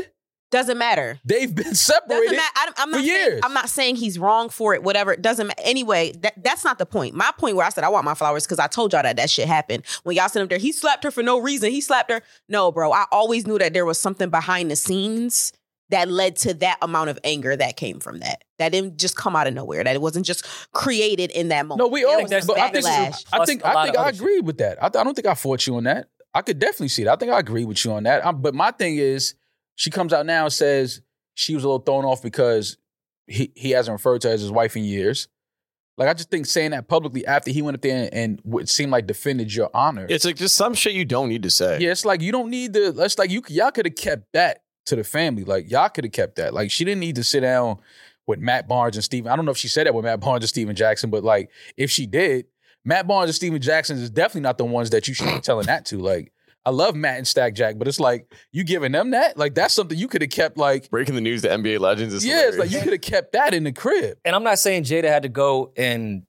Doesn't matter. they've been Doesn't separated. matter. I- I'm for not saying years. I'm not saying he's wrong for it. Whatever. It doesn't. ma- Anyway, that, that's not the point. My point where I said I want my flowers because I told y'all that that shit happened when y'all sent him there. He slapped her for no reason. He slapped her. No, bro. I always knew that there was something behind the scenes that led to that amount of anger that came from that. That didn't just come out of nowhere. That it wasn't just created in that moment. No, we There all. was a But I think backlash. I Plus think a I lot think of I other shit. agree with that. I, th- I don't think I fought you on that. I could definitely see it. I think I agree with you on that. Um but my thing is, she comes out now and says she was a little thrown off because he he hasn't referred to her as his wife in years. Like I just think saying that publicly after he went up there and, and what seemed like defended your honor. It's like just some shit you don't need to say. Yeah, it's like you don't need to. That's like you y'all could have kept that to the family. Like y'all could have kept that. Like she didn't need to sit down with Matt Barnes and Steven. I don't know if she said that with Matt Barnes and Steven Jackson, but like if she did, Matt Barnes and Steven Jackson is definitely not the ones that you should be telling that to. Like I love Matt and Stack Jack, but it's like you giving them that. Like that's something you could have kept. Like Breaking the news to NBA legends is yeah, it's like hilarious. you could have kept that in the crib. and I'm not saying Jada had to go and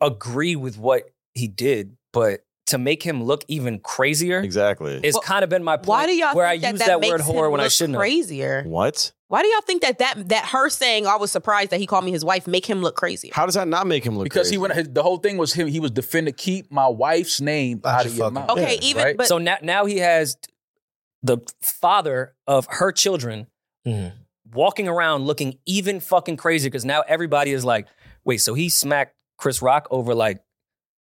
agree with what he did, but to make him look even crazier exactly. it's Well, kind of been my point. Why do y'all where think I that use that, that, word makes him whore when I look shouldn't? have. Crazier. what? Why do y'all think that that that her saying I was surprised that he called me his wife make him look crazier? How does that not make him look? Because he crazy? went, his, the whole thing was him. He was defending keep my wife's name Out out your of your fucking mouth. Okay, Yeah, even right? but so now now he has the father of her children Mhm. walking around looking even fucking crazy because now everybody is like, wait, so he smacked Chris Rock over like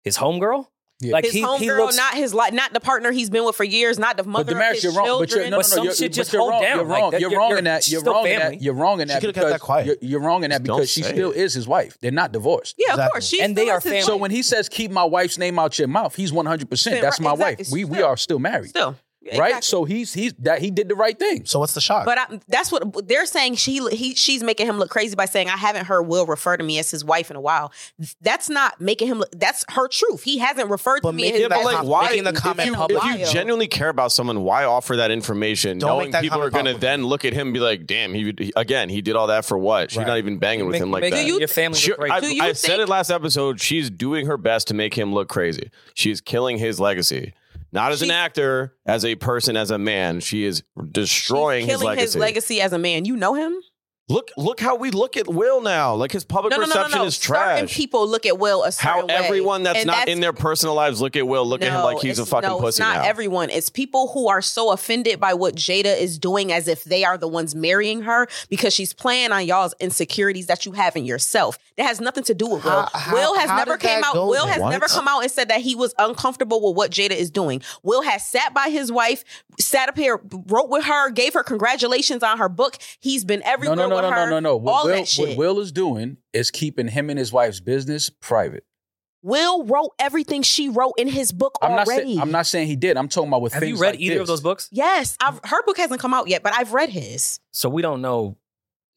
his homegirl? Yeah. Like his he, homegirl, he looks not his li- not the partner he's been with for years, not the mother But the of marriage, his you're wrong. But you're, no, children. no, But no, some you're, shit but just you're hold wrong. down You're like wrong. that. you're, You're- wrong you're- in that. she's You're still wrong in that. family. You're wrong in She that. could've kept because that quiet. You're, you're wrong in that Just don't because she say still it. is his wife. They're not divorced. yeah, of Exactly. course. She's And they still are with his family. So wife when he says keep my wife's name out your mouth, he's 100. percent Right, That's my exactly. wife. We we Still. are still married, still right? So he's he's that he did the right thing. So what's the shock? But I, that's what they're saying. She he she's making him look crazy by saying I haven't heard Will refer to me as his wife in a while. That's not making him look. That's her truth. He hasn't referred But to me. making as Yeah, that but his like, wife. com- why making the if comment you- public? If you Wild. genuinely care about someone, why offer that information, Don't knowing make that people are comment going to public. then look at him and be like, "Damn, he, he again, he did all that for what? She's Right. not even banging with make- him like make that." your family She- look crazy. I, Do you I said think- it last episode. She's doing her best to make him look crazy. She's killing his legacy, not as an She's- actor, as a person, as a man. She is destroying She's his killing legacy. his legacy as a man. You know him. Look, look how we look at Will now. Like his public No, no, no, no, perception no. is Certain trash. people look at Will a How certain way. everyone that's And not in their personal lives look at Will, look at him like he's a it's- fucking no, pussy It's not now. everyone. It's people who are so offended by what Jada is doing as if they are the ones marrying her because she's playing on y'all's insecurities that you have in yourself. That has nothing to do with Will. How- how- Will has how never did came that out. go Will there? has What? never come out and said that he was uncomfortable with what Jada is doing. Will has sat by his wife, sat up here, wrote with her, gave her congratulations on her book. He's been No, everywhere no, no, no, with no, her. no, no. What all Will, that shit. what Will is doing is keeping him and his wife's business private. Will wrote everything she wrote in his book I'm not. already. Saying, I'm not saying he did. I'm talking about with have you things read like either of this. those books? Yes, I've, her book hasn't come out yet, but I've read his. So we don't know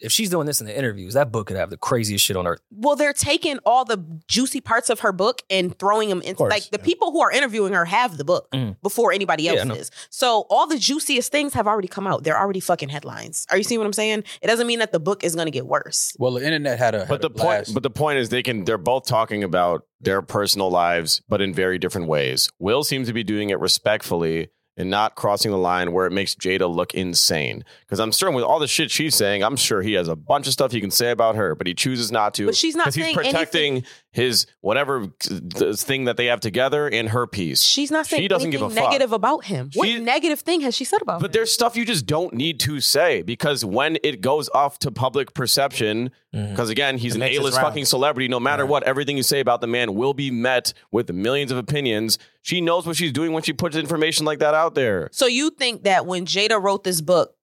if she's doing this in the interviews, that book could have the craziest shit on earth. Well, they're taking all the juicy parts of her book and throwing them into course, like the yeah. people who are interviewing her have the book Mm-hmm. Mm. before anybody Yeah, I else know. is. So all the juiciest things have already come out. They're already fucking headlines. Are you seeing what I'm saying? It doesn't mean that the book is going to get worse. Well, the internet had a. had But a the blast. point, but the point is, they can. They're both talking about their personal lives, but in very different ways. Will seems to be doing it respectfully and not crossing the line where it makes Jada look insane. Because I'm certain with all the shit she's saying, I'm sure he has a bunch of stuff he can say about her, but he chooses not to. But she's not because he's saying protecting his whatever uh, thing that they have together in her piece. She's not saying She doesn't give anything a fuck. negative about him. She- what negative thing has she said about But him? there's stuff you just don't need to say because when it goes off to public perception, Mhm. because again, he's It an makes A its list rounds. fucking celebrity, no matter Right. what, everything you say about the man will be met with millions of opinions. She knows what she's doing when she puts information like that out there. So you think that when Jada wrote this book,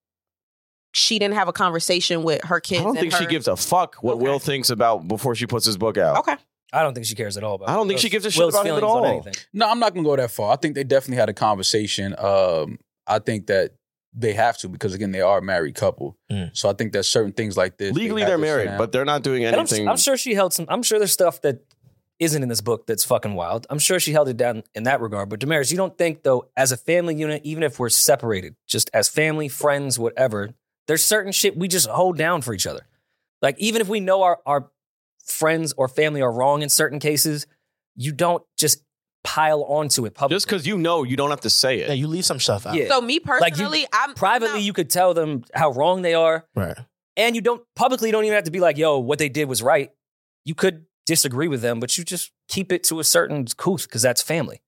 she didn't have a conversation with her kids? I don't and think she her- gives a fuck what Okay. Will thinks about before she puts his book out. Okay. I don't think she cares at all about. I don't think she Will's- gives a shit Will's about him at feelings on all. anything. No, I'm not gonna go that far. I think they definitely had a conversation. Um, I think that they have to because again, they are a married couple. Mm. So I think that certain things like this they Legally, have they're to sit married, down. but they're not doing And I'm- anything. I'm, sure she held some. I'm sure there's stuff that isn't in this book that's fucking wild. I'm sure she held it down in that regard. But Damaris, you don't think though, as a family unit, even if we're separated, just as family, friends, whatever, there's certain shit we just hold down for each other. Like even if we know our our friends or family are wrong in certain cases, you don't just pile onto it publicly. Just because you know, you don't have to say it. Yeah, you leave some stuff out. Yeah. So me you- personally, I'm privately, no. you could tell them how wrong they are, Right. and you don't publicly you don't even have to be like, yo, what they did was right. You could disagree with them, but you just keep it to a certain couth because that's family.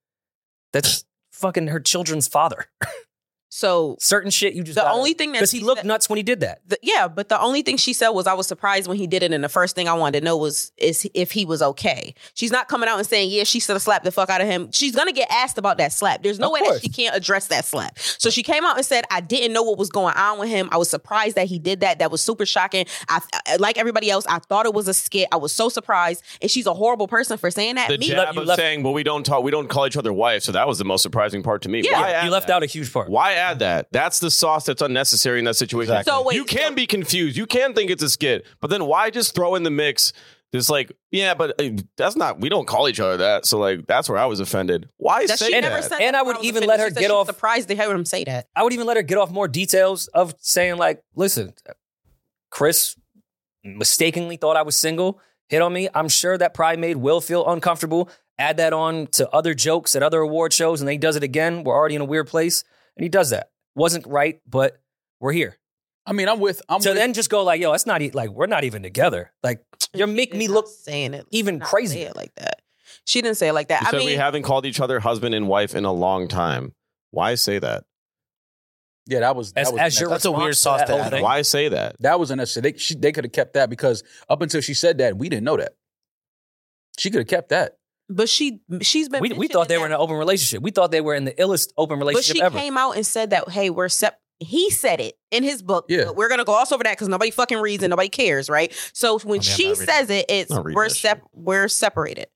That's fucking her children's father. so Certain shit you just the only thing that because he she looked said- nuts when he did that. the- yeah, but the only thing she said was I was surprised when he did it, and the first thing I wanted to know was is if he was okay. She's not coming out and saying yeah, she should have slapped the fuck out of him. She's gonna get asked about that slap. There's no Of way course. that she can't address that slap. So she came out and said I didn't know what was going on with him. I was surprised that he did that. That was super shocking. I I- like everybody else. I thought it was a skit. I was so surprised, and she's a horrible person for saying that. the Me- jab you of left- saying, "Well, we don't talk, we don't call each other wife," so that was the most surprising part to me. Yeah. Why add You left that? out a huge part. Why add that? That's the sauce that's unnecessary in that situation. Exactly. So wait, you can so- be confused. You can think it's a skit, but then why just throw in the mix? This like, yeah, but uh, that's not. We don't call each other that. So like, that's where I was offended. Why that say she that? never said And that I when would was even offended. let She her said get she was off- Surprised to hear him say that. I would even let her get off more details of saying like, listen, Chris mistakenly thought I was single, hit on me. I'm sure that probably made Will feel uncomfortable. Add that on to other jokes at other award shows, and then he does it again. We're already in a weird place, and he does that. Wasn't right, but we're here. I mean, I'm with. I'm so with, then just go like, yo, that's not e- like we're not even together. Like you're making me She's look not saying it even not crazier. say it like that. She didn't say it like that. You I said mean, we haven't called each other husband and wife in a long time. Why say that? yeah, that was that as, was as your That's a response weird sauce to whole add thing. Why say that? That was unnecessary. They, she, they could have kept that because up until she said that, we didn't know that. She could have kept that. but she she's been. We, we mentioning thought they were in that, an open relationship. We thought they were in the illest open But relationship she ever. came out and said that hey, we're sep- He said it in his book. Yeah. but we're gonna gloss over that because nobody fucking reads and nobody cares, right? So I mean, when I'm she not reading- says it, it's not reading we're that sep- we're separated.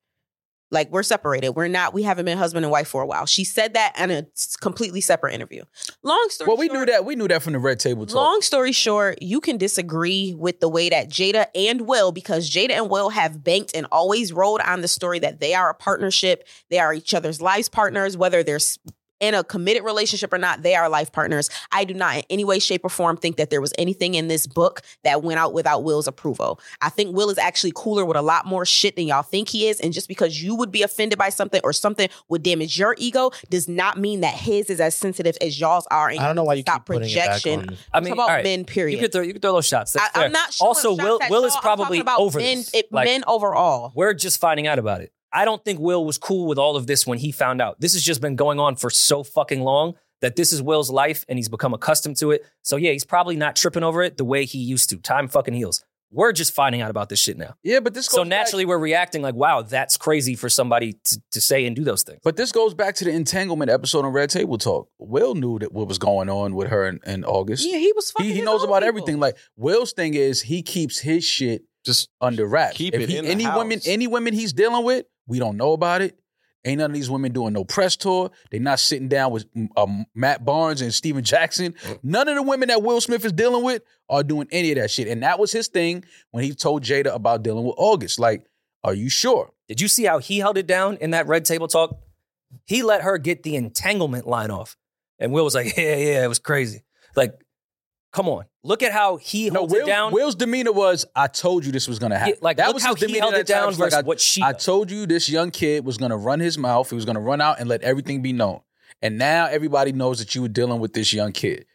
Like we're separated. We're not. We haven't been husband and wife for a while. She said that in a completely separate interview. Long story. Well, we short, knew that. We knew that from the red table talk. Long story short, you can disagree with the way that Jada and Will, because Jada and Will have banked and always rolled on the story that they are a partnership. They are each other's lives partners, whether they're s- in a committed relationship or not, they are life partners. I do not in any way, shape, or form think that there was anything in this book that went out without Will's approval. I think Will is actually cooler with a lot more shit than y'all think he is. And just because you would be offended by something or something would damage your ego does not mean that his is as sensitive as y'all's are. And I don't know why you stop keep putting projection it back on. I it's mean, about all right. men, period. You could throw you could throw those shots. That's I, fair. am not sure. Also, Will Will is probably about over men, this. It, Like, men overall. We're just finding out about it. I don't think Will was cool with all of this when he found out. This has just been going on for so fucking long that this is Will's life and he's become accustomed to it. So yeah, he's probably not tripping over it the way he used to. Time fucking heals. We're just finding out about this shit now. yeah, but this goes So back- naturally, we're reacting like, wow, that's crazy for somebody to, to say and do those things. But this goes back to the entanglement episode on Red Table Talk. Will knew that what was going on with her in, in August. Yeah, he was fucking. he, he his knows own about people. everything. Like Will's thing is he keeps his shit Just under wraps. Keep it he- in the any women, house. any women he's dealing with, we don't know about it. Ain't none of these women doing no press tour. They not sitting down with um, Matt Barnes and Steven Jackson. Mm. None of the women that Will Smith is dealing with are doing any of that shit. And that was his thing when he told Jada about dealing with August. Like, are you sure? Did you see how he held it down in that red table talk? He let her get the entanglement line off. And Will was like, yeah, yeah, it was crazy. Like, come on. Look at how he No, holds Will, it down. Will's demeanor was, "I told you this was gonna happen." Yeah, like, look was how his he demeanor held that it time. down It's like, versus I- what she I does. told you this young kid was gonna run his mouth. He was gonna run out and let everything be known. And now everybody knows that you were dealing with this young kid.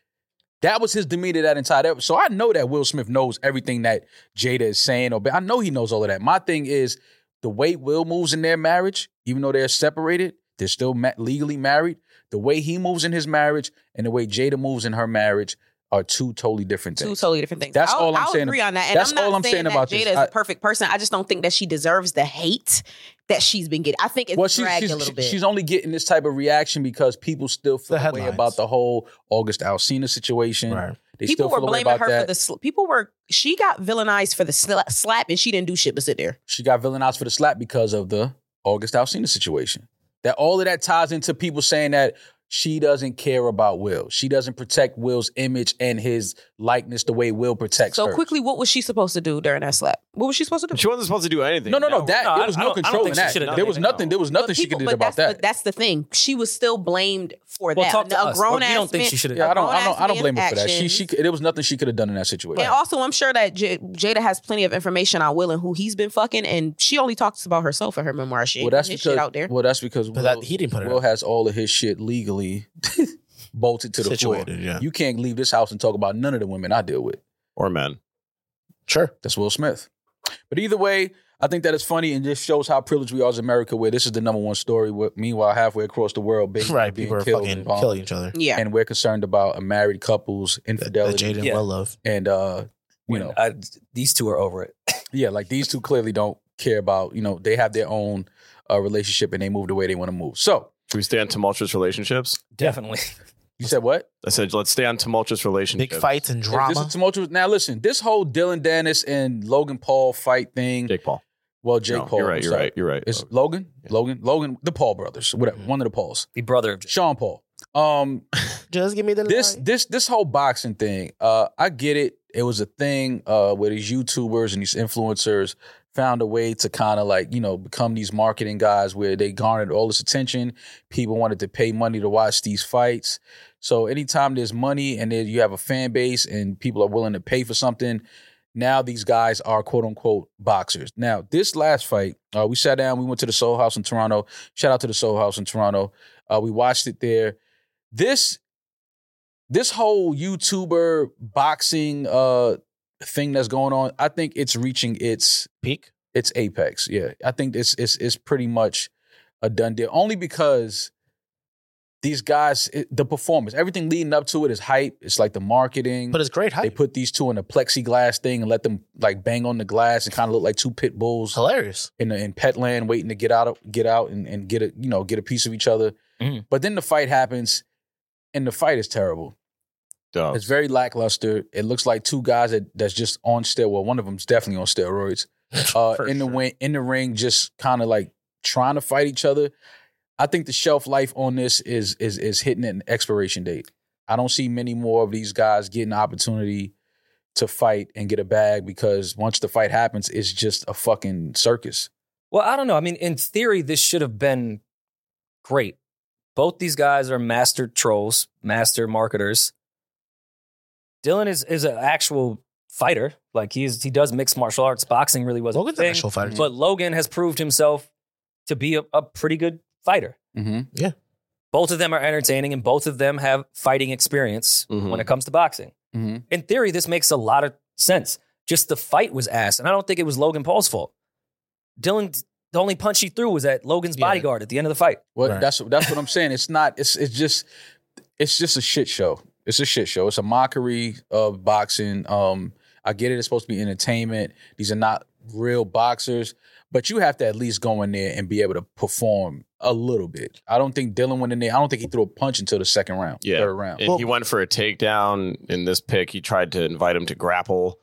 That was his demeanor that entire episode. So I know that Will Smith knows everything that Jada is saying, or but I know he knows all of that. My thing is, the way Will moves in their marriage, even though they're separated, they're still ma- legally married. The way he moves in his marriage and the way Jada moves in her marriage are two totally different Two things. totally different things. That's I'll, all I'm I'll saying. agree on that. And That's I'm not all I'm saying that about Jada this. is I- a perfect person. I just don't think that she deserves the hate that she's been getting. I think it's well, she's, dragged she's, a little bit. she's only getting this type of reaction because people still feel The the way headlines. about the whole August Alcina situation. Right. They people still were feel the way blaming about her that. for the sl- people were. She got villainized for the sla- slap, and she didn't do shit but sit there. she got villainized for the slap because of the August Alsina situation. That all of that ties into people saying that she doesn't care about Will. She doesn't protect Will's image and his likeness the way Will protects So her. quickly, what was she supposed to do during that slap? What was she supposed to do? She wasn't supposed to do anything. No, no, no. Now- That no, I- there was I no don't- I don't control in think she that. should've done There was anything, nothing. no. There was But nothing she people- could do but about that's, that. But that's the thing. She was still blamed for Well, that. talk to a us. grown We ass don't think man- she should have- a yeah, I don't. I grown-ass don't. I don't man's blame her for that. She. actions. She. There was nothing she could have done in that situation. And also, I'm sure that J- Jada has plenty of information on Will and who he's been fucking, and she only talks about herself in her memoir. She well, ain't that's putting his because. shit out there. Well, that's because. But Will- that he didn't put it Will up. has all of his shit legally bolted to the floor. situated. Yeah, You can't leave this house and talk about none of the women I deal with. Or men. sure. That's Will Smith. But either way, I think that is funny and just shows how privileged we are as America, where this is the number one story. where- Meanwhile, halfway across the world, babies Right, being people are killed fucking and bombed. killing each other. yeah, And we're concerned about married couples, That, that infidelity, Jada and Yeah. Will love. and uh, you When know, I, these two are over it. yeah, like these two clearly don't care about. You know, they have their own uh, relationship and they move the way they want to move. So Should we stay on tumultuous relationships? Definitely. you said what? I said, let's stay on tumultuous Big relationships. fights and This drama. is tumultuous. Now listen, this whole Dylan Dennis and Logan Paul fight thing. Jake Paul. well, Jake No, Paul. You're I'm right. You're sorry. right. You're right. Oh, It's Okay. Logan, Yeah. Logan, Logan, the Paul brothers, whatever, one of the Pauls. the brother of Jake. Sean Paul. Um, Just give me the this light. this this whole boxing thing, uh, I get it. It was a thing uh, where these YouTubers and these influencers found a way to kind of like you know become these marketing guys where they garnered all this attention. People wanted to pay money to watch these fights. So anytime there's money and then you have a fan base and people are willing to pay for something, now these guys are quote unquote boxers. Now this last fight, uh, we sat down, we went to the Soul House in Toronto. Shout out to the Soul House in Toronto. Uh, we watched it there. This this whole YouTuber boxing uh thing that's going on, I think it's reaching its peak. its apex. Yeah, I think it's it's it's pretty much a done deal. Only because these guys, it, the performance, everything leading up to it is hype. It's like the marketing. But it's great they hype. put these two in a plexiglass thing and let them like bang on the glass and kind of look like two pit bulls Oh. Hilarious. in in Petland, waiting to get out of get out and, and get a you know get a piece of each other. Mhm. But then the fight happens, and the fight is terrible. Oh. Duh. It's very lackluster. It looks like two guys that, that's just on steroids. Well, one of them's definitely on steroids. Uh, For in the sure. win, in the ring, just kind of like trying to fight each other. I think the shelf life on this is is is hitting an expiration date. I don't see many more of these guys getting opportunity to fight and get a bag because once the fight happens, it's just a fucking circus. Well, I don't know. I mean, in theory, this should have been great. Both these guys are master trolls, master marketers. Dylan is is an actual fighter. Like he's he does mixed martial arts. Boxing really was Logan's a an thing, actual fighter. too. but Logan has proved himself to be a, a pretty good fighter. Mm-hmm. Both of them are entertaining, and both of them have fighting experience Mhm. when it comes to boxing. Mm-hmm. In theory, this makes a lot of sense. Just the fight was ass, and I don't think it was Logan Paul's fault. Dylan, the only punch he threw was at Logan's Yeah. bodyguard at the end of the fight. Well, Right. that's that's what I'm saying. It's not. It's it's just it's just a shit show. It's a shit show. It's a mockery of boxing. Um, I get it. It's supposed to be entertainment. These are not real boxers, but you have to at least go in there and be able to perform a little bit. I don't think Dylan went in there. I don't think he threw a punch until the second round, Yeah. third round. And he went for a takedown in this pick. He tried to invite him to grapple.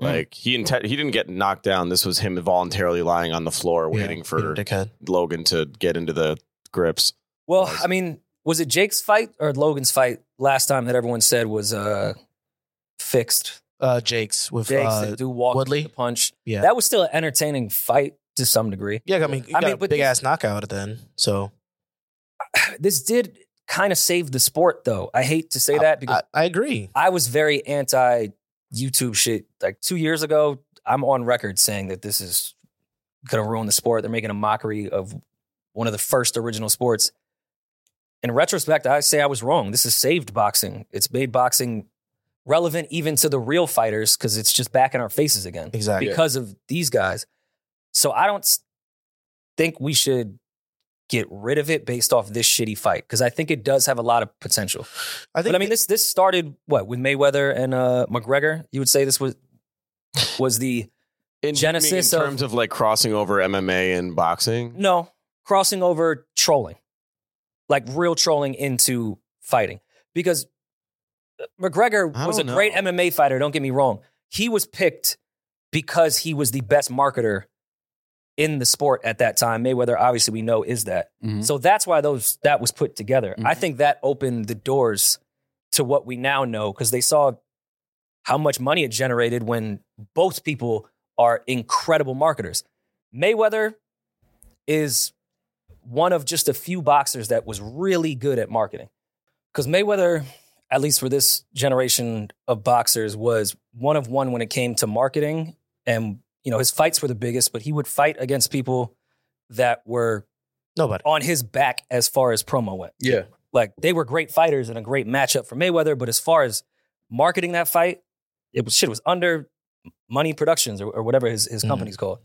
Like he inte- he didn't get knocked down. This was him voluntarily lying on the floor Yeah, waiting being for a dickhead. Logan to get into the grips. Well, Was- I mean, was it Jake's fight or Logan's fight last time that everyone said was uh, fixed? Uh, Jake's with Jake's uh, that do walk Woodley? the punch. yeah. That was still an entertaining fight to some degree. yeah, I mean, you I got mean, a but big this- ass knockout then. So This did kind of save the sport, though. I hate to say that because I, I agree. I was very anti YouTube shit like two years ago. I'm on record saying that this is going to ruin the sport. They're making a mockery of one of the first original sports. In retrospect, I say I was wrong. This has saved boxing. It's made boxing relevant even to the real fighters because it's just back in our faces again Exactly. because of these guys. So I don't s- think we should get rid of it based off this shitty fight because I think it does have a lot of potential. I think. but I mean, this this started what with Mayweather and uh, McGregor. You would say this was was the In, you mean Genesis in of- terms of like crossing over MMA and boxing. no crossing over trolling, like real trolling into fighting because uh, McGregor I was a don't know. great MMA fighter. Don't get me wrong; he was picked because he was the best marketer in the sport at that time. Mayweather, obviously, we know is that. Mhm. So that's why those that was put together. I Mhm. think that opened the doors to what we now know because they saw how much money it generated when both people are incredible marketers. Mayweather is one of just a few boxers that was really good at marketing. Because Mayweather, at least for this generation of boxers, was one of one when it came to marketing. And, you know, his fights were the biggest, but he would fight against people that were nobody. Oh, on his back as far as promo went. Yeah. Like they were great fighters and a great matchup for Mayweather, but as far as marketing that fight, it was shit. It was under Money Productions or, or whatever his his Mhm. company's called.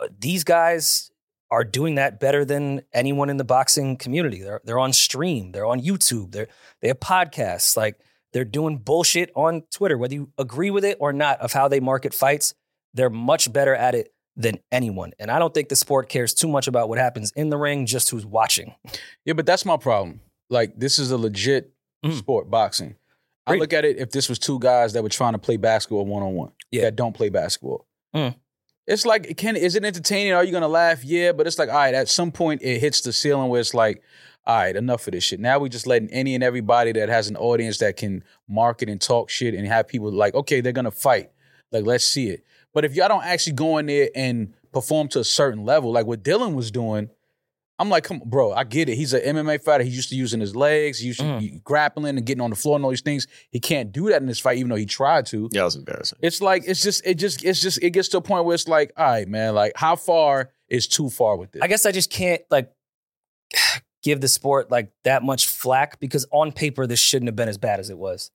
Uh, these guys are doing that better than anyone in the boxing community. They're they're on stream. They're on YouTube. They're they have podcasts. Like they're doing bullshit on Twitter, whether you agree with it or not, of how they market fights. They're much better at it than anyone. And I don't think the sport cares too much about what happens in the ring, just who's watching. Yeah, but that's my problem. Like, this is a legit Mhm. sport, boxing. I Agreed. look at it if this was two guys that were trying to play basketball one on one Yeah. that don't play basketball. Mm. It's like, can is it entertaining? Are you gonna laugh? Yeah, but it's like, all right, at some point it hits the ceiling where it's like, all right, enough of this shit. Now we just letting any and everybody that has an audience that can market and talk shit and have people like, okay, they're gonna fight. Like, let's see it. But if y'all don't actually go in there and perform to a certain level, like what Dylan was doing, I'm like, come, bro, I get it. He's an MMA fighter. He's used to using his legs, he's used to grappling and getting on the floor and all these things. He can't do that in this fight, even though he tried to. Yeah, it was embarrassing. It's like it's just it just it's just it gets to a point where it's like, all right, man, like how far is too far with this? I guess I just can't like give the sport like that much flack because on paper this shouldn't have been as bad as it was.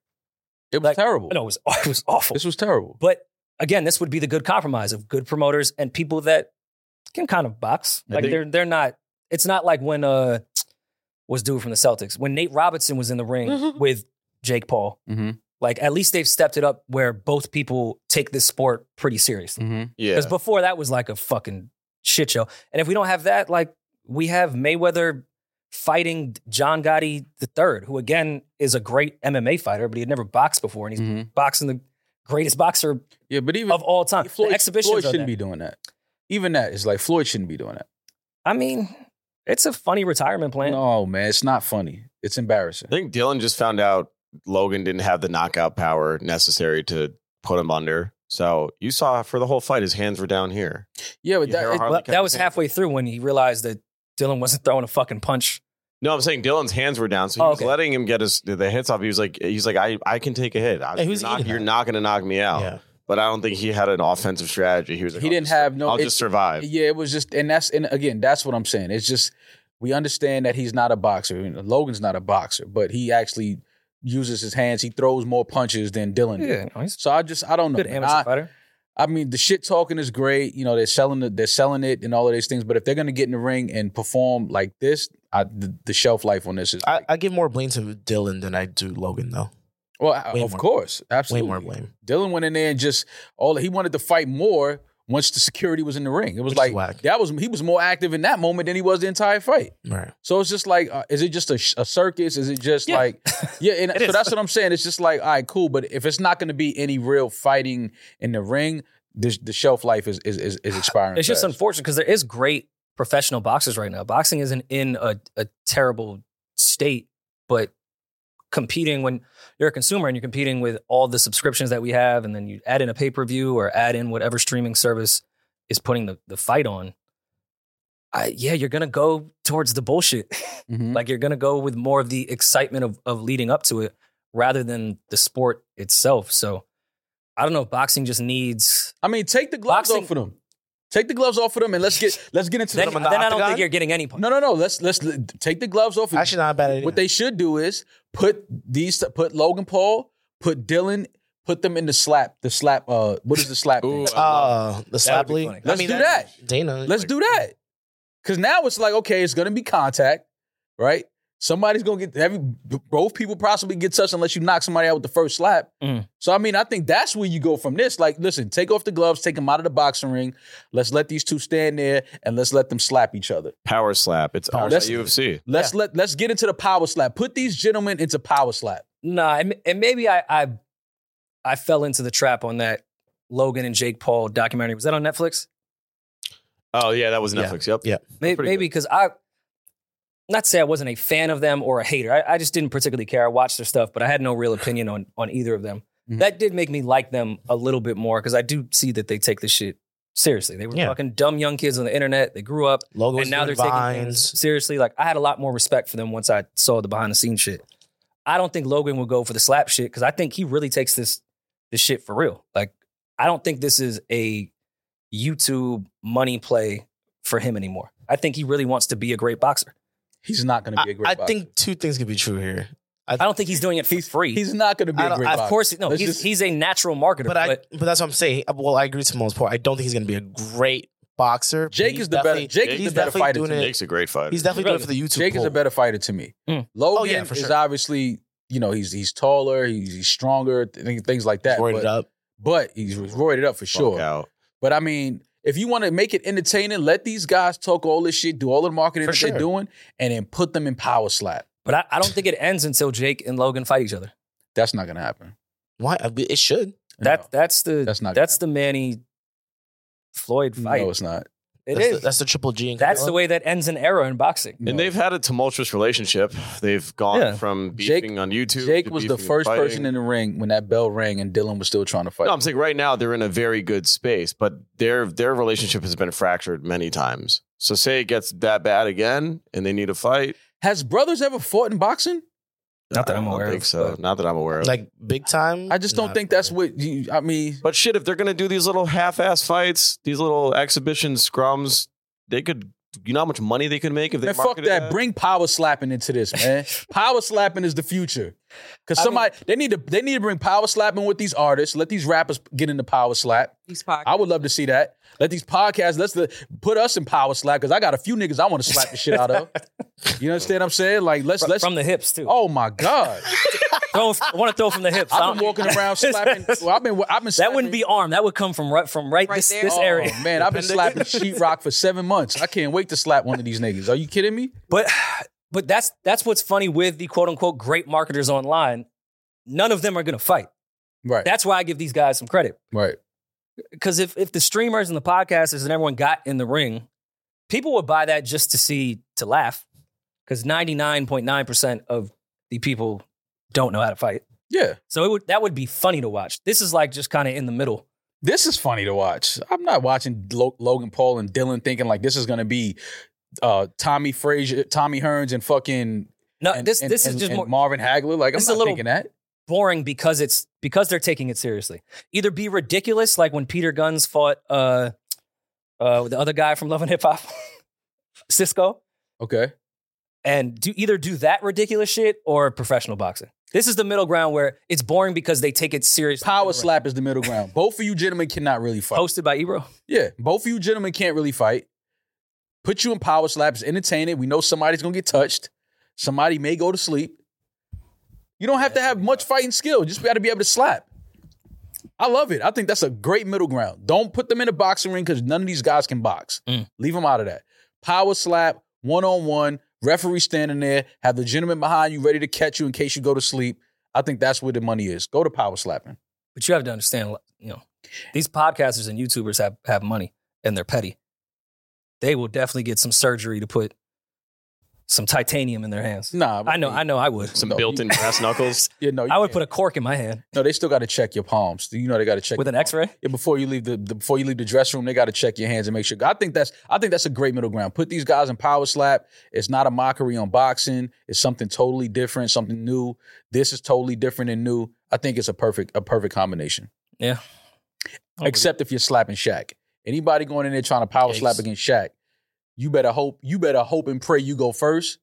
it was like- terrible. No, it was it was awful. This was terrible. But again, this would be the good compromise of good promoters and people that can kind of box. I Like think- they're they're not. It's not like when uh was dude from the Celtics when Nate Robinson was in the ring with Jake Paul. Mm-hmm. Mhm. Like at least they've stepped it up where both people take this sport pretty seriously. Mm-hmm. Yeah, Because before that was like a fucking shit show. And if we don't have that, like we have Mayweather fighting John Gotti III, who again is a great MMA fighter, but he had never boxed before, and he's Mhm. boxing the greatest boxer Yeah, but even of all time. Mm. Floyd, the exhibitions Floyd are shouldn't that. be doing that. Even that is like Floyd shouldn't be doing that. I mean, it's a funny retirement plan. No, man, it's not funny. It's embarrassing. I think Dylan just found out Logan didn't have the knockout power necessary to put him under. So you saw for the whole fight, his hands were down here. Yeah, but You that, hear it- Harley But kept that was his hands- halfway through when he realized that Dylan wasn't throwing a fucking punch. No, I'm saying Dylan's hands were down, so he Oh, was okay. letting him get his the hits off. He was like, he's like, I, I can take a hit. I, Hey, who's you're not, eating you're that? not going to knock me out. Yeah. But I don't think he had an offensive strategy. He was like, he "I'll didn't just- have no. I'll it- just survive. Yeah, it was just, and that's, and again, that's what I'm saying. It's just we understand that he's not a boxer. I mean, Logan's not a boxer, but he actually uses his hands. He throws more punches than Dylan. did. no, he's So I just, I don't a know. good man. amateur I- fighter. I mean, the shit talking is great. You know, they're selling it, they're selling it, and all of these things. But if they're gonna get in the ring and perform like this, I, the, the shelf life on this is. I, I give more blame to Dylan than I do Logan, though. well, I- way of more- course, Way absolutely. more blame. Dylan went in there and just all he wanted to fight more once the security was in the ring. It was Which like is whack. that was he was more active in that moment than he was the entire fight. Right. So it's just like, uh, is it just a, sh- a circus? Is it just Yeah. like, yeah? And It so is. that's what I'm saying. It's just like, all right, cool. But if it's not going to be any real fighting in the ring, the, the shelf life is is is, is expiring. It's just fast. unfortunate because there is great professional boxers right now. Boxing isn't in a, a terrible state, but competing when you're a consumer and you're competing with all the subscriptions that we have, and then you add in a pay per view or add in whatever streaming service is putting the, the fight on. I, yeah, you're gonna go towards the bullshit. Mhm. Like you're gonna go with more of the excitement of of leading up to it rather than the sport itself. So I don't know. Boxing just needs I mean, take the gloves Boxing- off of them. Take the gloves off of them, and let's get let's get into then, some of then the I don't octagon. think you're getting any. punch. No, no, no. Let's let's l- take the gloves off. Actually, not a bad idea. What they should do is put these, put Logan Paul, put Dylan, put them in the slap, the slap. Uh, what is the slap? Ooh, thing? I love- uh, the That would slap be league. funny. Let's do that. Dana. Let's do that. Because now it's like, okay, it's gonna be contact, right? Somebody's gonna get every both people possibly get touched unless you knock somebody out with the first slap. Mm. So I mean, I think that's where you go from this. Like, listen, take off the gloves, take them out of the boxing ring. Let's let these two stand there and let's let them slap each other. Power slap. It's Power all that slap. UFC. Let's let let's get into the power slap. Put these gentlemen into power slap. Nah, and, and maybe I, I I fell into the trap on that Logan and Jake Paul documentary. Was that on Netflix? Oh yeah, that was Yeah. Netflix. Yep. Yeah. Maybe pretty maybe because I not to say I wasn't a fan of them or a hater. I, I just didn't particularly care. I watched their stuff, but I had no real opinion on on either of them. Mhm. That did make me like them a little bit more because I do see that they take this shit seriously. They were Yeah. fucking dumb young kids on the internet. They grew up Logos and now they're doing taking things vines. seriously. Like I had a lot more respect for them once I saw the behind the scenes shit. I don't think Logan will go for the slap shit because I think he really takes this this shit for real. Like I don't think this is a YouTube money play for him anymore. I think he really wants to be a great boxer. He's not gonna be a I, great I boxer. think two things can be true here, I don't think he's doing it for free. he's not gonna be I a don't- great I- of boxer. course, no, Let's he's, just- he's a natural marketer. but I but, that's what I'm saying. Well, I agree with Simone's point. I don't think he's going to be a great boxer. but Jake he's is the better definitely- Jake is he's the better definitely fighter. doing to me. it- Jake's a great fighter. He's definitely Really? good for the YouTube. Jake is a poll. better fighter to me. Mm. Logan Oh, yeah, for is sure. obviously, you know, he's he's taller, he's, he's stronger, th- things like that. Roided but, up. but he's roided up for Fuck sure. out. But I mean, if you want to make it entertaining, let these guys talk all this shit, do all the marketing For that sure. they're doing, and then put them in power slap. but I, I don't think it ends until Jake and Logan fight each other. That's not gonna happen. Why? I mean, It should. That No. that's the that's, That's not the Manny Floyd fight. No, it's not. It that's is. The, that's the triple G. And That's Canelo. the way that ends an era in boxing. No. And they've had a tumultuous relationship. They've gone Yeah. from Jake- beefing on YouTube. Jake to was the beefing and first fighting. person in the ring when that bell rang and Dylan was still trying to fight. No, I'm saying right now they're in a very good space, but their their relationship has been fractured many times. So say it gets that bad again, and they need a fight. Has brothers ever fought in boxing? Not that I I'm don't aware think of, So but- not that I'm aware of. like big time. I just don't Nah, think that's what you, I mean. but shit, if they're gonna do these little half-ass fights, these little exhibition scrums, they could. You know how much money they could make if they Man, fuck marketed that. Bring power slapping into this, man. power slapping is the future. Cause I mean- somebody they need to they need to bring power slapping with these artists. Let these rappers get into power slap. These podcasts. I would love to see that. Let these podcasts let's the, put us in power slap because I got a few niggas I want to slap the shit out of. You understand what I'm saying? Like let's Fr- let's. from the hips too. oh my god! Throw- I want to throw from the hips. I I've don't- been walking around slapping. Well, I've been I've been. Slapping, that wouldn't be arm. That would come from right from right, Right this, there. this Oh area. man, I've been slapping sheetrock for seven months. I can't wait to slap one of these niggas. Are you kidding me? But but that's that's what's funny with the quote unquote great marketers online. None of them are going to fight. Right, That's why I give these guys some credit. right. Because if if the streamers and the podcasters and everyone got in the ring, people would buy that just to see to laugh. Because ninety nine point nine percent of the people don't know how to fight. Yeah. So it would that would be funny to watch. This is like just kind of in the middle. this is funny to watch. I'm not watching Lo- Logan Paul and Dylan thinking like this is going to be uh, Tommy Frazier, Tommy Hearns, and fucking No, Uh, and- this and- this is and- just and more Marvin Hagler. Like I'm This is not a little- thinking that. boring because it's because they're taking it seriously. Either be ridiculous, like when Peter Guns fought uh, uh, the other guy from Love and Hip Hop, Cisco, Okay, and do either do that ridiculous shit or professional boxing. This is the middle ground where it's boring because they take it seriously. power slap is the middle ground. Both of you gentlemen cannot really fight. hosted by Ebro. Yeah, both of you gentlemen can't really fight. Put you in power slaps, entertain it. We know somebody's gonna get touched. Somebody may go to sleep. You don't have to have much fighting skill. You just gotta be able to slap. I love it. I think that's a great middle ground. Don't put them in a boxing ring because none of these guys can box. Mm. Leave them out of that. Power slap, one on one, referee standing there, have the gentleman behind you ready to catch you in case you go to sleep. I think that's where the money is. Go to power slapping. But you have to understand, you know, these podcasters and YouTubers have have money and they're petty. They will definitely get some surgery to put some titanium in their hands. Nah, I know, I know, I would. Some No, you- built-in brass knuckles. yeah, no, you I would can't. put a cork in my hand No, they still got to check your palms. You know they got to check with an your X-ray. palms. Yeah, before you leave the, the before you leave the dressing room, they got to check your hands and make sure. I think that's I think that's a great middle ground. Put these guys in power slap. It's not a mockery on boxing. It's something totally different, something new. This is totally different and new. I think it's a perfect a perfect combination. Yeah. Except if you're slapping Shaq. Anybody going in there trying to power Yikes. slap against Shaq, you better hope you better hope and pray you go first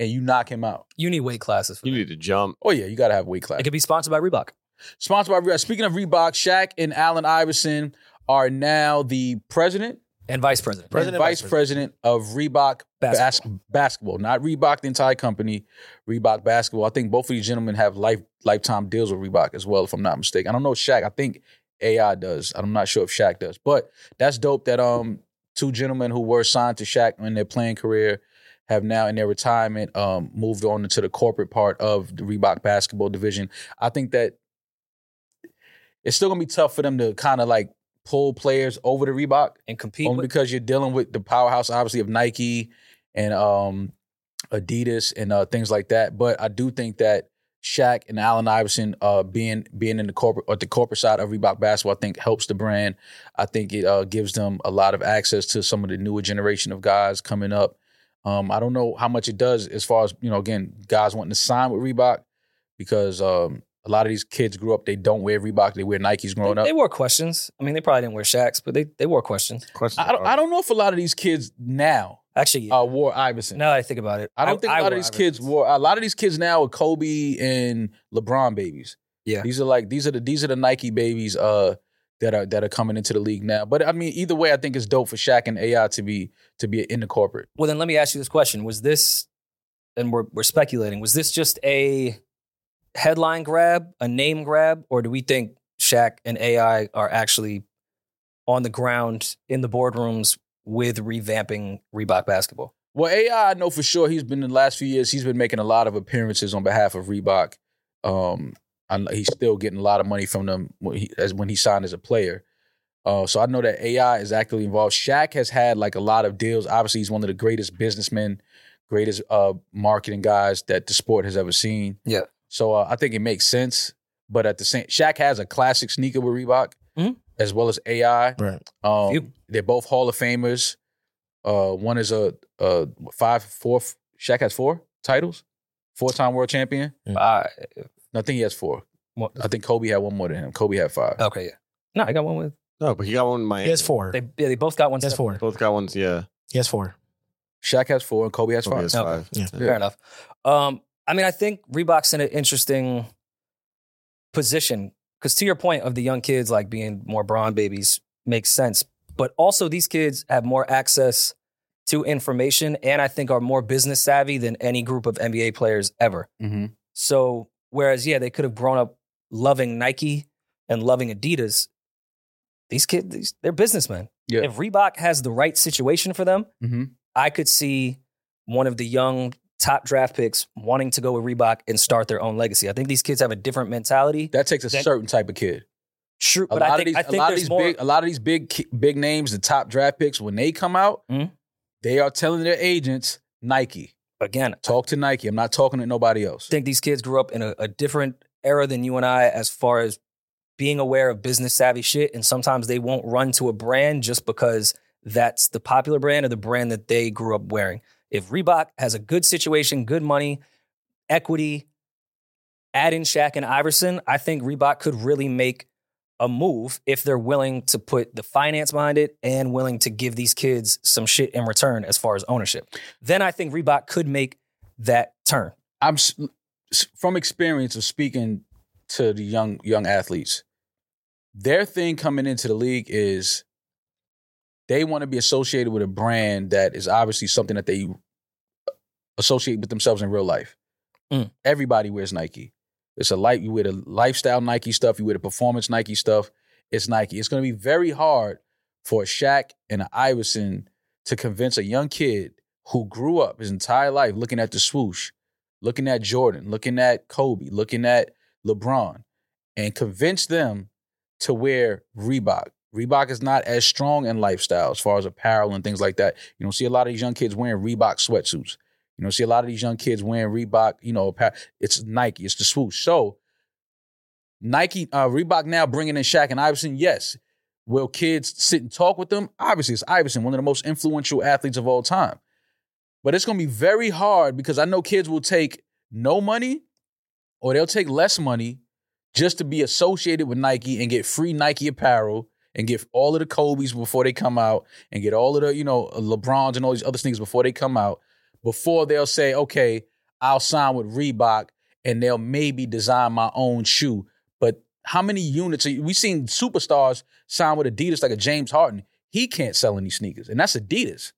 and you knock him out. You need weight classes. For you that. need to jump. Oh yeah, you got to have weight class. It could be sponsored by Reebok. uh, Sponsored by Reebok. Speaking of Reebok, Shaq and Allen Iverson are now the president and vice president. President, President, vice vice president of Reebok Basketball. Bas- basketball, not Reebok, the entire company, Reebok basketball. I think both of these gentlemen have life lifetime deals with Reebok as well, if I'm not mistaken. I don't know Shaq. I think AI does. I'm not sure if Shaq does, but that's dope. That um two gentlemen who were signed to Shaq in their playing career have now in their retirement um moved on into the corporate part of the Reebok basketball division. I think that it's still gonna be tough for them to kind of like pull players over to Reebok and compete only with because you're dealing with the powerhouse, obviously, of Nike and um, Adidas and uh, things like that. But I do think that Shaq and Allen Iverson uh, being being in the corporate or the corporate side of Reebok basketball, I think helps the brand. I think it uh, gives them a lot of access to some of the newer generation of guys coming up. Um, I don't know how much it does as far as you know. Again, guys wanting to sign with Reebok because um, a lot of these kids grew up. They don't wear Reebok. They wear Nikes growing they, up. they wore questions. I mean, they probably didn't wear shacks, but they, they wore questions. Questions I don't, I don't know if a lot of these kids now Actually, uh, wore Iverson. now that I think about it, I don't think a lot wore of these kids Iversons. wore. A lot of these kids now are Kobe and LeBron babies. Yeah. these are like these are the these are the Nike babies uh, that are that are coming into the league now. But I mean, either way, I think it's dope for Shaq and AI to be to be in the corporate. Well, then let me ask you this question: Was this, and we're we're speculating, was this just a headline grab, a name grab, or do we think Shaq and AI are actually on the ground in the boardrooms with revamping Reebok basketball? Well, AI, I know for sure he's been in the last few years. He's been making a lot of appearances on behalf of Reebok. Um, I know he's still getting a lot of money from them when he, as when he signed as a player. Uh, so I know that AI is actively involved. Shaq has had like a lot of deals. Obviously, he's one of the greatest businessmen, greatest uh, marketing guys that the sport has ever seen. Yeah. So uh, I think it makes sense. But at the same, Shaq has a classic sneaker with Reebok, Mhm. as well as AI. Right. Um, Few. They're both Hall of Famers. Uh, one is a, a five, four. Shaq has four titles, four time world champion. Uh, No, I think he has four. What- I think Kobe had one more than him. Kobe had five. okay, yeah. No, I got one with No, but he got one in He Miami. has four. they. Yeah, they both got one. He has separate. four. Both got ones, yeah. He has four. Shaq has four, and Kobe has Kobe five. has Okay. five. Yeah. Fair enough. Um, I mean, I think Reebok's in an interesting position because, to your point of the young kids like being more brawn babies, makes sense. But also, these kids have more access to information, and I think are more business savvy than any group of NBA players ever. Mhm. So, whereas, yeah, they could have grown up loving Nike and loving Adidas. These kids, these, they're businessmen. Yeah. If Reebok has the right situation for them, Mhm. I could see one of the young top draft picks wanting to go with Reebok and start their own legacy. I think these kids have a different mentality. That takes a That- certain type of kid. True, A but lot I of think these, I a think lot of there's these more. big, uh, a lot of these big, ki- big names, the top draft picks, when they come out, Mhm. they are telling their agents Nike, again, I talk to Nike. I'm not talking to nobody else. think these kids grew up in a, a different era than you and I as far as being aware of business savvy shit. And sometimes they won't run to a brand just because that's the popular brand or the brand that they grew up wearing. If Reebok has a good situation, good money, equity, add in Shaq and Iverson, I think Reebok could really make a move if they're willing to put the finance behind it and willing to give these kids some shit in return as far as ownership. Then I think Reebok could make that turn. I'm s- s- from experience of speaking to the young young athletes. Their thing coming into the league is they want to be associated with a brand that is obviously something that they uh, associate with themselves in real life. Mm. Everybody wears Nike. It's a light you wear the lifestyle Nike stuff, you wear the performance Nike stuff. It's Nike. It's going to be very hard for a Shaq and an Iverson to convince a young kid who grew up his entire life looking at the swoosh looking at Jordan, looking at Kobe, looking at LeBron, and convince them to wear Reebok. Reebok is not as strong in lifestyle as far as apparel and things like that. You don't see a lot of these young kids wearing Reebok sweatsuits. You don't see a lot of these young kids wearing Reebok, you know, appa- it's Nike, it's the swoosh. So Nike, uh, Reebok now bringing in Shaq and Iverson, yes. Will kids sit and talk with them? Obviously, it's Iverson, one of the most influential athletes of all time. But it's gonna be very hard because I know kids will take no money or they'll take less money just to be associated with Nike and get free Nike apparel and get all of the Kobe's before they come out and get all of the, you know, LeBrons and all these other things before they come out, before they'll say, okay, I'll sign with Reebok and they'll maybe design my own shoe. But how many units are you, we've seen superstars sign with Adidas like a James Harden? he can't sell any sneakers, and that's Adidas.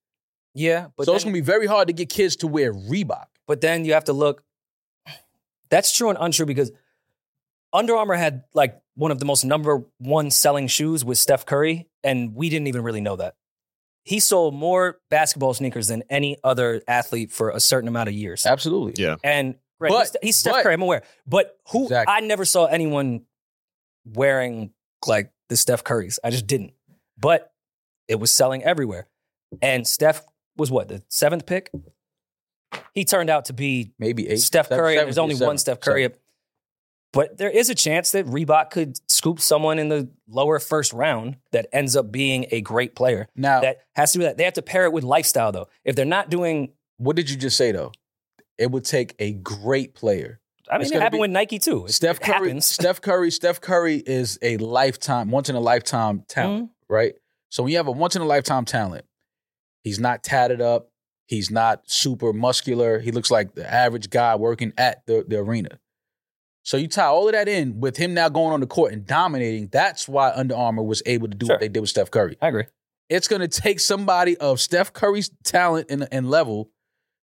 Yeah, but so then, it's gonna be very hard to get kids to wear Reebok. but then you have to look. That's true and untrue because Under Armour had like one of the most number one selling shoes with Steph Curry, and we didn't even really know that. He sold more basketball sneakers than any other athlete for a certain amount of years. Absolutely. Yeah. And right, But- he's, he's Steph but- Curry. I'm aware, but who Exactly. I never saw anyone wearing like the Steph Currys. I just didn't. But it was selling everywhere, and Steph was what the seventh pick. He turned out to be Maybe eight. Steph seven- Curry. seven- There's only seven- one Steph Curry. seven. But there is a chance that Reebok could scoop someone in the lower first round that ends up being a great player. Now, That has to be that. They have to pair it with lifestyle though. If they're not doing, what did you just say though? It would take a great player. I mean, It's it gonna happened be- with Nike too. It- Steph it Curry. happens. Steph Curry. Steph Curry is a lifetime, once in a lifetime talent. right? So when you have a once in a lifetime talent, he's not tatted up, he's not super muscular, he looks like the average guy working at the, the arena. So you tie all of that in with him now going on the court and dominating. That's why Under Armour was able to do Sure. what they did with Steph Curry. I agree. It's going to take somebody of Steph Curry's talent and, and level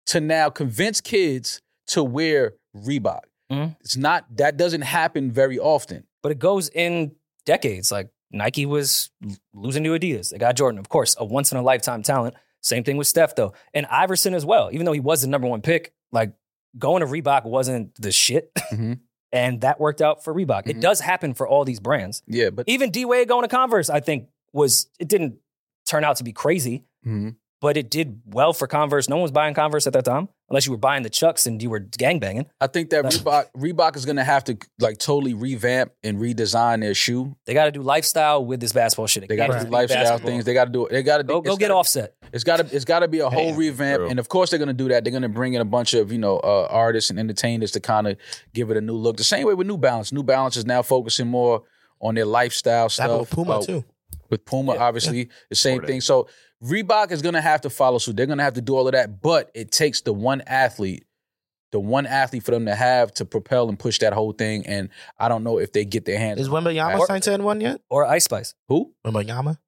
to now convince kids to wear Reebok. Mhm. It's not that doesn't happen very often. but it goes in decades. Like Nike was l- losing to Adidas. They got Jordan, of course, a once in a lifetime talent. Same thing with Steph, though. And Iverson as well, even though he was the number one pick, like going to Reebok wasn't the shit. Mhm. and that worked out for Reebok. It Mhm. does happen for all these brands. Yeah, but Even D Wade going to Converse, I think, was, it didn't turn out to be crazy, Mhm. but it did well for Converse. No one was buying Converse at that time, unless you were buying the Chucks and you were gangbanging. I think that That's- Reebok Reebok is gonna have to like totally revamp and redesign their shoe. They got to do lifestyle with this basketball shit. It They got can't to Right. do be lifestyle basketball. things. They got to do it. They got to Go, go get offset. It's got to it's got to be a whole Damn, revamp. true. And of course they're gonna do that. They're gonna bring in a bunch of you know uh, artists and entertainers to kind of give it a new look. The same way with New Balance. New Balance is now focusing more on their lifestyle That happened stuff. with Puma uh, too. with Puma, Yeah. obviously the same Jordan. thing. So Reebok is going to have to follow suit. They're going to have to do all of that, but it takes the one athlete, the one athlete for them to have to propel and push that whole thing. And I don't know if they get their hands. Is Wembayama Or- signed to N1 yet? or Ice Spice. Who? Wembayama?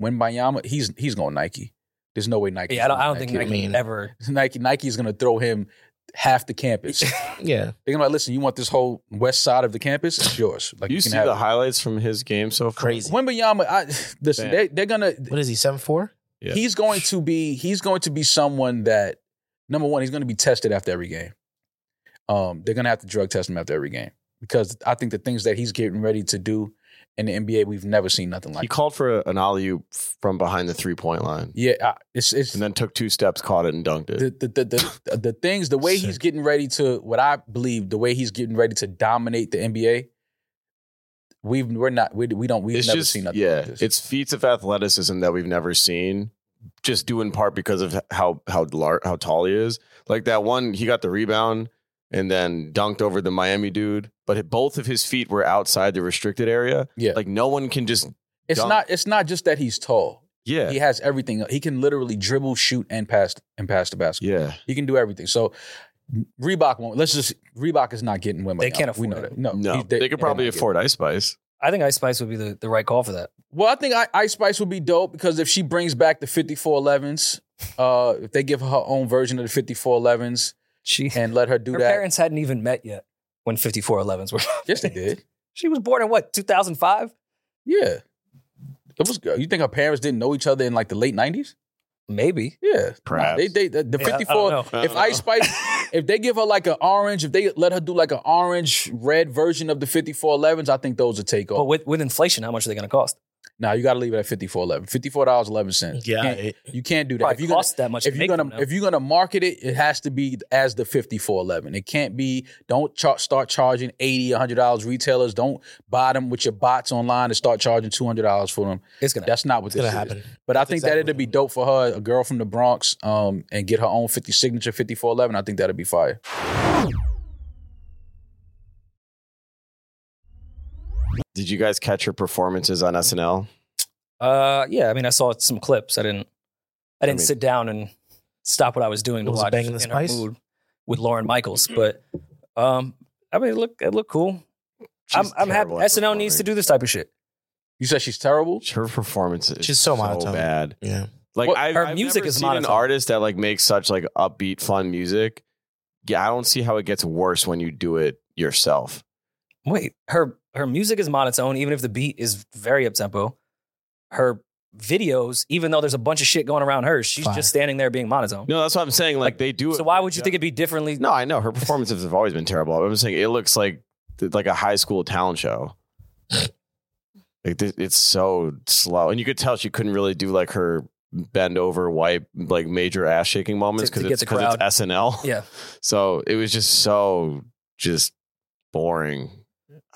Wembanyama? He's he's going Nike. There's no way Nike. Yeah, I don't, I don't think Nike. Nike I mean- ever. Nike Nike's going to throw him half the campus. they're Yeah. going to like, listen. You want this whole west side of the campus? It's yours. Like you, see the highlights from his game so far? Crazy. Wembayama. I, listen, Damn. they, they're going to What is he, Seven four? Yeah. he's going to be he's going to be someone that number one he's going to be tested after every game um they're going to have to drug test him after every game because i think the things that he's getting ready to do in the nba we've never seen nothing He like that. called for a, an alley oop from behind the three point line, yeah I- it's it's and then took two steps, caught it, and dunked it. the, the, the, the, the things the way he's Sick. getting ready to what i believe the way he's getting ready to dominate the nba we've we're not we, we don't we've it's never just seen nothing yeah, like this it's feats of athleticism that we've never seen. Just due in part because of how how lar- how tall he is. Like that one, he got the rebound and then dunked over the Miami dude, but it- both of his feet were outside the restricted area. yeah Like no one can just it's dunk. not it's not just that he's tall yeah he yeah, has everything he can literally dribble shoot and pass and pass the basketball He can do everything. So Reebok won't. Let's just Reebok is not getting women. They can't afford We know it. that. No, No, he- they, could they're probably not getting afford Ice Spice. I think Ice Spice would be the, the right call for that. it. Well, I think I, Ice Spice would be dope because if she brings back the 5411s, uh, if they give her her own version of the 5411s She and let her do her that. parents hadn't even met yet when 5411s were. yes, they did. She was born in what 2005? Yeah. It was good. You think her parents didn't know each other in like the late 90s? Maybe. Yeah. Perhaps. They, they, the, the Yeah, I- I don't 54 know. I if don't know. Ice Spice, if they give her like an orange, if they let her do like an orange red version of the 5411s, I think those would take off. But with, with inflation, how much are they going to cost? Now you got to leave it at fifty four eleven. Fifty four dollars eleven cents. Yeah. you it- can't, you can't do that. Probably If you're gonna cost that much. if to you're make them gonna now. if you're gonna market it, it has to be as the fifty four eleven. It can't be don't char- start charging eighty, hundred dollars. Retailers don't buy them with your bots online and start charging two hundred dollars for them. it's going to. That's not what it's this going to is. happen. But I That's think exactly that it'd be what- dope for her, a girl from the Bronx, um, and get her own fifty signature fifty four eleven. I think that'd be fire. Did you guys catch her performances on SNL? Uh, yeah. I mean, I saw some clips. I didn't. I didn't mean- sit down and stop what I was doing to Was it watch Banging the In Her Spice? Mood with Lauren Michaels, but um, I mean, it looked it looked cool. I'm, She's I'm happy. terrible at SNL needs to performing. do this type of shit. You said she's terrible. Her performance is She's so monotone. bad. Yeah. Like Well, I, her I've music never is seen an monotone. artist that like makes such like upbeat, fun music. Yeah, I don't see how it gets worse when you do it yourself. Wait, her her music is monotone, even if the beat is very up tempo. Her videos, even though there's a bunch of shit going around her, she's Fire. just standing there being monotone. No, that's what I'm saying. Like, Like, they do. it- so why would you think it'd be differently? No, I know her performances have always been terrible. I'm just saying it looks like like a high school talent show. like th- it's so slow, and you could tell she couldn't really do like her bend over, wipe, like major ass shaking moments To- to because get it's the because crowd. it's SNL. Yeah. So it was just so just boring.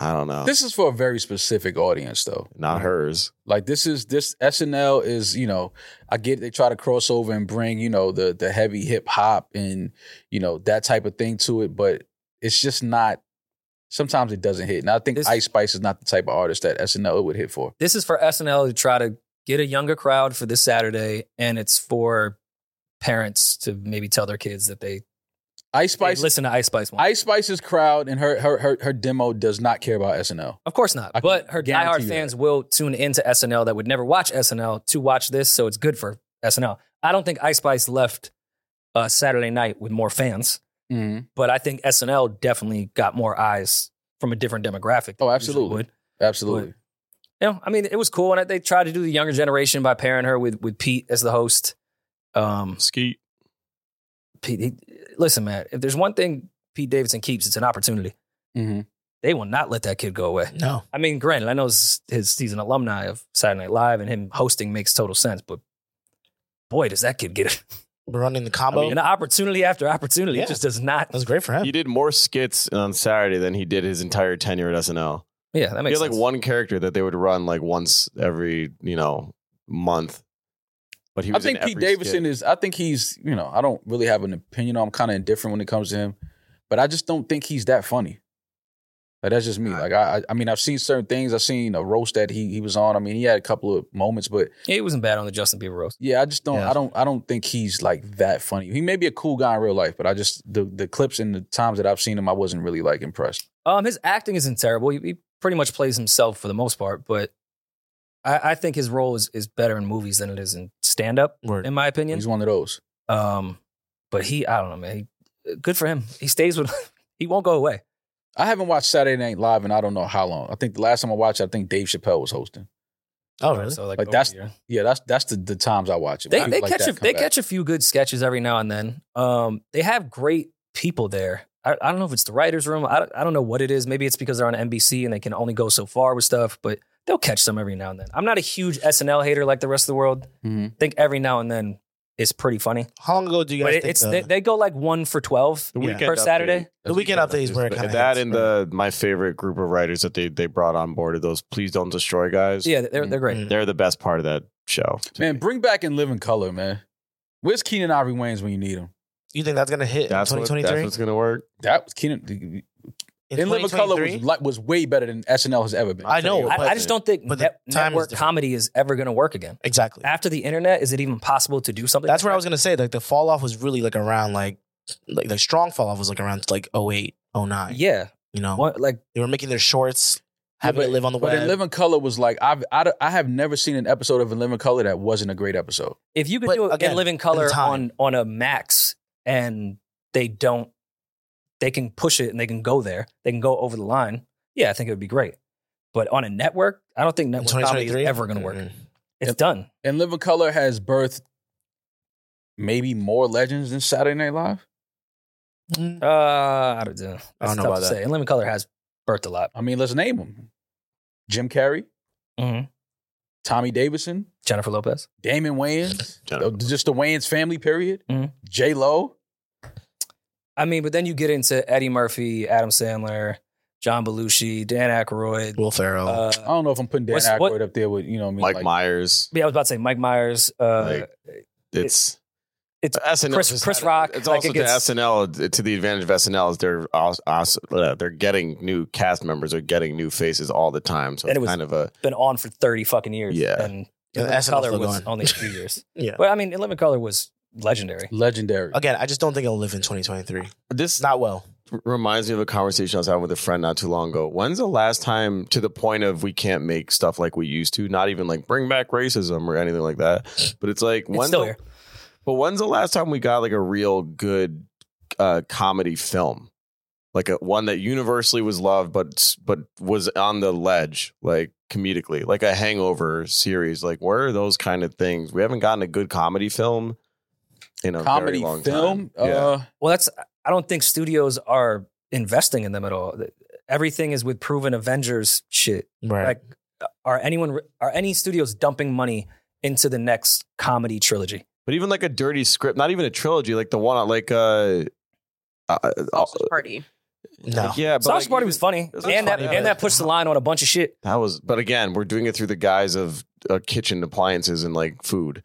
I don't know. This is for a very specific audience, though. Not hers. Like this is this SNL is you know I get they try to cross over and bring you know the the heavy hip hop and you know that type of thing to it, but it's just not. Sometimes it doesn't hit, and I think This- Ice Spice is not the type of artist that SNL would hit for. This is for SNL to try to get a younger crowd for this Saturday, and it's for parents to maybe tell their kids that they, Ice they Spice, listen to Ice Spice one. Ice Spice's crowd and her her her her demo does not care about SNL. Of course not. I can but her guarantee diehard you fans will tune into SNL that would never watch SNL to watch this, so it's good for SNL. I don't think Ice Spice left uh, Saturday night with more fans, Mm-hmm. but I think SNL definitely got more eyes from a different demographic. Oh, than it usually absolutely. would. Absolutely. You know, I mean, it was cool, and they tried to do the younger generation by pairing her with with Pete as the host. Um, Skeet. Pete, he, listen, man, if there's one thing Pete Davidson keeps, it's an opportunity. Mm-hmm. They will not let that kid go away. No. I mean, granted, I know his, his he's an alumni of Saturday Night Live, and him hosting makes total sense. But boy, does that kid get We're running the combo. an opportunity after opportunity. Yeah. It just does not. That's great for him. He did more skits on Saturday than he did his entire tenure at SNL. Yeah, that He makes had like sense. one character that they would run like once every you know month. But he I was think in Pete every Davidson skit. is. I think he's. You know, I don't really have an opinion. I'm kind of indifferent when it comes to him, but I just don't think he's that funny. But that's just me. Like I, I- I mean, I've seen certain things. I've seen a roast that he he was on. I mean, he had a couple of moments, but Yeah, he wasn't bad on the Justin Bieber roast. yeah, I just don't. Yeah. I don't. I don't think he's like that funny. He may be a cool guy in real life, but I just the the clips and the times that I've seen him, I wasn't really like impressed. Um, his acting isn't terrible. He, he pretty much plays himself for the most part, but I, I think his role is is better in movies than it is in stand up, Word. in my opinion. He's one of those. Um, but he, I don't know, man. He, good for him. He stays with. he won't go away. I haven't watched Saturday Night Live in I don't know how long. I think the last time I watched, it, I think Dave Chappelle was hosting. Oh, really? So like, Like, over that's- the year. Yeah, that's that's the, the times I watch it. they, People they like catch a, that come they back. catch a few good sketches every now and then. Um, they have great people there. I, I don't know if it's the writers' room. I don't, I don't know what it is. Maybe it's because they're on NBC and they can only go so far with stuff. But they'll catch some every now and then. I'm not a huge SNL hater like the rest of the world. I Mhm. think every now and then it's pretty funny. How long ago do you but guys it, think it's the, Mm-hmm. they, they go like one for twelve The Yeah. weekend per Update. Saturday. the weekend updates were kind of that and the my favorite group of writers that they they brought on board are those please don't destroy guys. Yeah, they're they're great. Mm. They're the best part of that show. to Man, me. bring back and live in color, man. Where's Keenan Ivory Wayne's when you need him? You think that's gonna hit that's in what, that's 2023? what's gonna work. That was Keenan. In In Live in Color was, 2023? like, was way better than SNL has ever been. I know. I, but- I just don't think but the net, time is network different. comedy is ever going to work again. exactly. After the internet, is it even possible to do something? That's like where I that? was gonna say. Like the fall off was really like around like like the strong fall off was like around like 08, 09. Yeah, You know, What- like they were making their shorts, having but- it live on the But web. in Live in Color was like I've I, don't- I have never seen an episode of In Live in Color that wasn't a great episode. if you could But do it again, in living in color time. on on a max and they don't they can push it and they can go there they can go over the line yeah i think it would be great but on a network i don't think in Mm-hmm. network comedy 2023, is ever going to work Mm-mm. it's Yep. done And Live in Color has birthed maybe more legends than Saturday Night Live. Mm. uh i don't know It's I don't know tough about to that. say and living color has birthed a lot I mean, let's name them: Jim Carrey, Mm-hmm. Mhm. Tommy Davidson, jennifer lopez Damon Wayans, Jennifer. just the Wayans family. Period. Mm-hmm. Mhm. J Lo. i mean but then you get into eddie murphy adam sandler john belushi dan Aykroyd. Will Ferrell. uh, I don't know if I'm putting Dan What's- Aykroyd what- up there with you know what I mean Mike like, Myers. yeah, I was about to say Mike Myers. Uh, It's uh, it's SNL. Chris- just Chris had- Rock, It's like, also it gets- to SNL to the advantage of SNL is they're also, they're getting new cast members, they're getting new faces all the time. So And it it's was- kind of a been on for thirty fucking years. Yeah. and, And Living SNL Color still was going. only a few years. yeah. But I mean, Eleven Color was legendary. legendary. Again, I just don't think it'll live in 2023. this Not well. reminds me of a conversation I was having with a friend not too long ago. When's the last time, to the point of we can't make stuff like we used to, not even like bring back racism or anything like that, but it's It's like, when's still the, here. but when's the last time we got like a real good uh, comedy film? Like a one that universally was loved, but but was on the ledge, like comedically, like a Hangover series. Like, where are those kind of things? We haven't gotten a good comedy film in a comedy very long film. Time. Yeah. Uh, Well, that's I don't think studios are investing in them at all. Everything is with proven Avengers shit. Right. Like, are anyone are any studios dumping money into the next comedy trilogy? But even like a dirty script, not even a trilogy, like the one on like uh, uh, uh Sausage party. No. yeah, but Sausage like, Party was funny, was and that funny, and but- that pushed the line on a bunch of shit. that was. But again, we're doing it through the guise of uh, kitchen appliances and like food.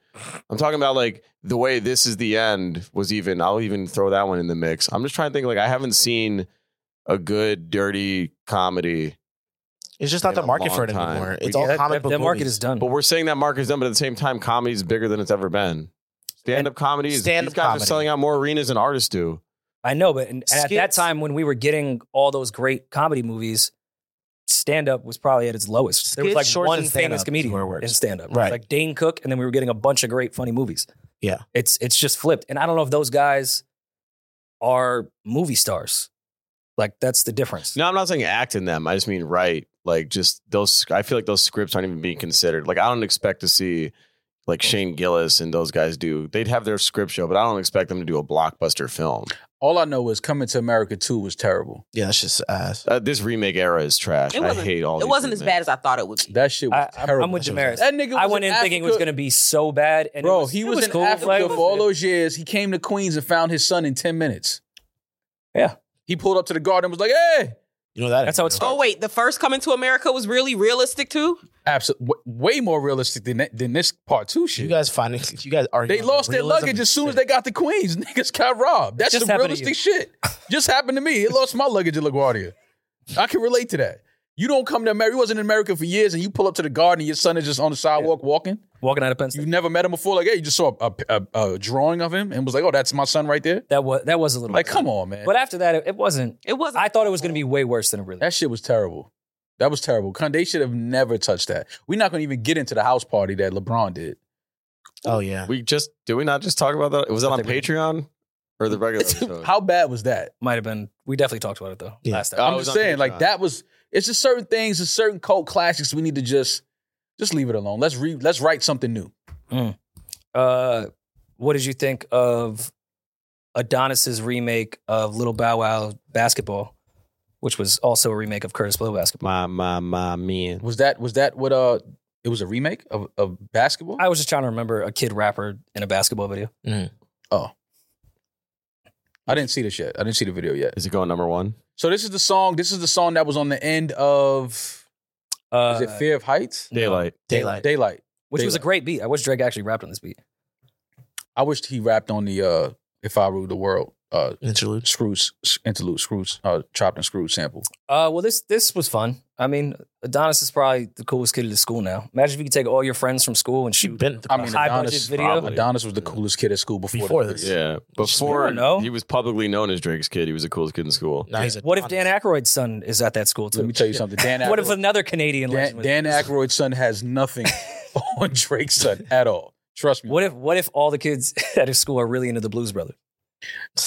I'm talking about like the way this is the end was even. I'll even throw that one in the mix. I'm just trying to think. Like I haven't seen a good dirty comedy, It's just not the Been a market for it long time. anymore. We- It's yeah, all that, comic that- book that market movies. is done. but we're saying that market is done. But at the same time, comedy is bigger than it's ever been. Stand up comedy is. Stand-up these guys comedy. are selling out more arenas than artists do. I know, but and, and at that Skits. time when we were getting all those great comedy movies, stand up was probably at its lowest. there was Skits, like shorts, one and stand-up famous is comedian where it works. in stand up, Right. Like Dane Cook, and then we were getting a bunch of great funny movies. Yeah. it's it's just flipped, and I don't know if those guys are movie stars. Like that's the difference. No, I'm not saying act in them. I just mean write. Like just those. I feel like those scripts aren't even being considered. Like I don't expect to see like Shane Gillis and those guys do. They'd have their script show, but I don't expect them to do a blockbuster film. all I know is Coming to America Two was terrible. Yeah, that's just ass. Uh, this remake era is trash. It I wasn't- hate all. It these wasn't as remakes. bad as I thought it would be. That shit I, was I'm- terrible. I'm with That shit Damaris. was that nigga. Was I went in in thinking it was Africa. going to be so bad, and it Bro, he it was, in cool. Africa Like, for all those years. He came to Queens and found his son in ten minutes. Yeah. he pulled up to the garden and was like, "Hey, You know that? That's how it is. Oh wait, the first coming to America was really realistic too. absolutely, way more realistic than that- than this part two shit." You guys finding you guys are they lost their luggage as soon as they got to Queens. Niggas got robbed. That's just some happened to realistic shit. Just happened to me. It lost my luggage at LaGuardia. I can relate to that. You don't come to America. You wasn't in America for years, and you pull up to the garden, and your son is just on the sidewalk walking. walking out of Penn State. You never met him before. Like, hey, you just saw a, a, a, a drawing of him and was like, oh, that's my son right there. That was that was a little Like, come on, man. But after that, it, it wasn't. It wasn't. I thought it was going to be way worse than it really. that shit was terrible. That was terrible. Con- They should have never touched that. We're not going to even get into the house party that LeBron did. Oh yeah. We just did we not just talk about that? Was that I on think we did. Patreon or the regular episode? How bad was that? Might have been. We definitely talked about it though Yeah. last time. Oh, it I'm was just on saying, Patreon. like that was. It's just certain things, it's certain cult classics. We need to just just leave it alone. Let's re let's write something new. Uh, what did you think of Adonis's remake of Little Bow Wow Basketball, which was also a remake of Curtis Blow Basketball? my my my man. Was that was that what uh? It was a remake of of basketball. I was just trying to remember a kid rapper in a basketball video. I didn't see this yet. I didn't see the video yet. Is it going number one? So this is the song. This is the song that was on the end of. Uh, Is it Fear of Heights? Daylight. Daylight. Daylight. which was a great beat. I wish Drake actually rapped on this beat. I wished he rapped on the uh "If I Rule the World" uh Interlude. screws s- interlude screws uh chopped and screwed sample. Uh, well, this this was fun. I mean, Adonis is probably the coolest kid at the school now. Imagine if you could take all your friends from school and shoot. Been at the I mean, High Adonis, budget video? probably. Adonis was the coolest kid at school before, Before this. Yeah. I Before don't know. he was publicly known as Drake's kid. He was the coolest kid in school. now he's a What if Dan Aykroyd's son is at that school too? Let me tell you something. Dan What if Aykroyd- another Canadian legend? Dan, was- Dan Aykroyd's son has nothing on Drake's son at all. Trust me. What if what if all the kids at his school are really into the Blues Brothers?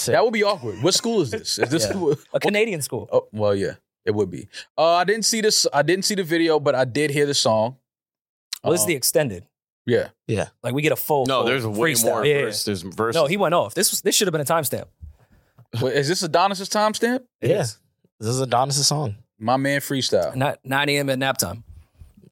That would be awkward. What school is this? Is this Yeah. school? A Canadian school. Oh, well, yeah, it would be. Uh, I didn't see this. I didn't see the video, but I did hear the song. Well, this is Uh, the extended. yeah. Like we get a full. Uh-huh. No, full there's way freestyle. more. Yeah, Verse. There's yeah. verse. No, he went off. This was this should have been a timestamp. Wait, is this Adonis's timestamp? Yeah. This is Adonis' song. My man freestyle. Not 9 a.m. at nap time.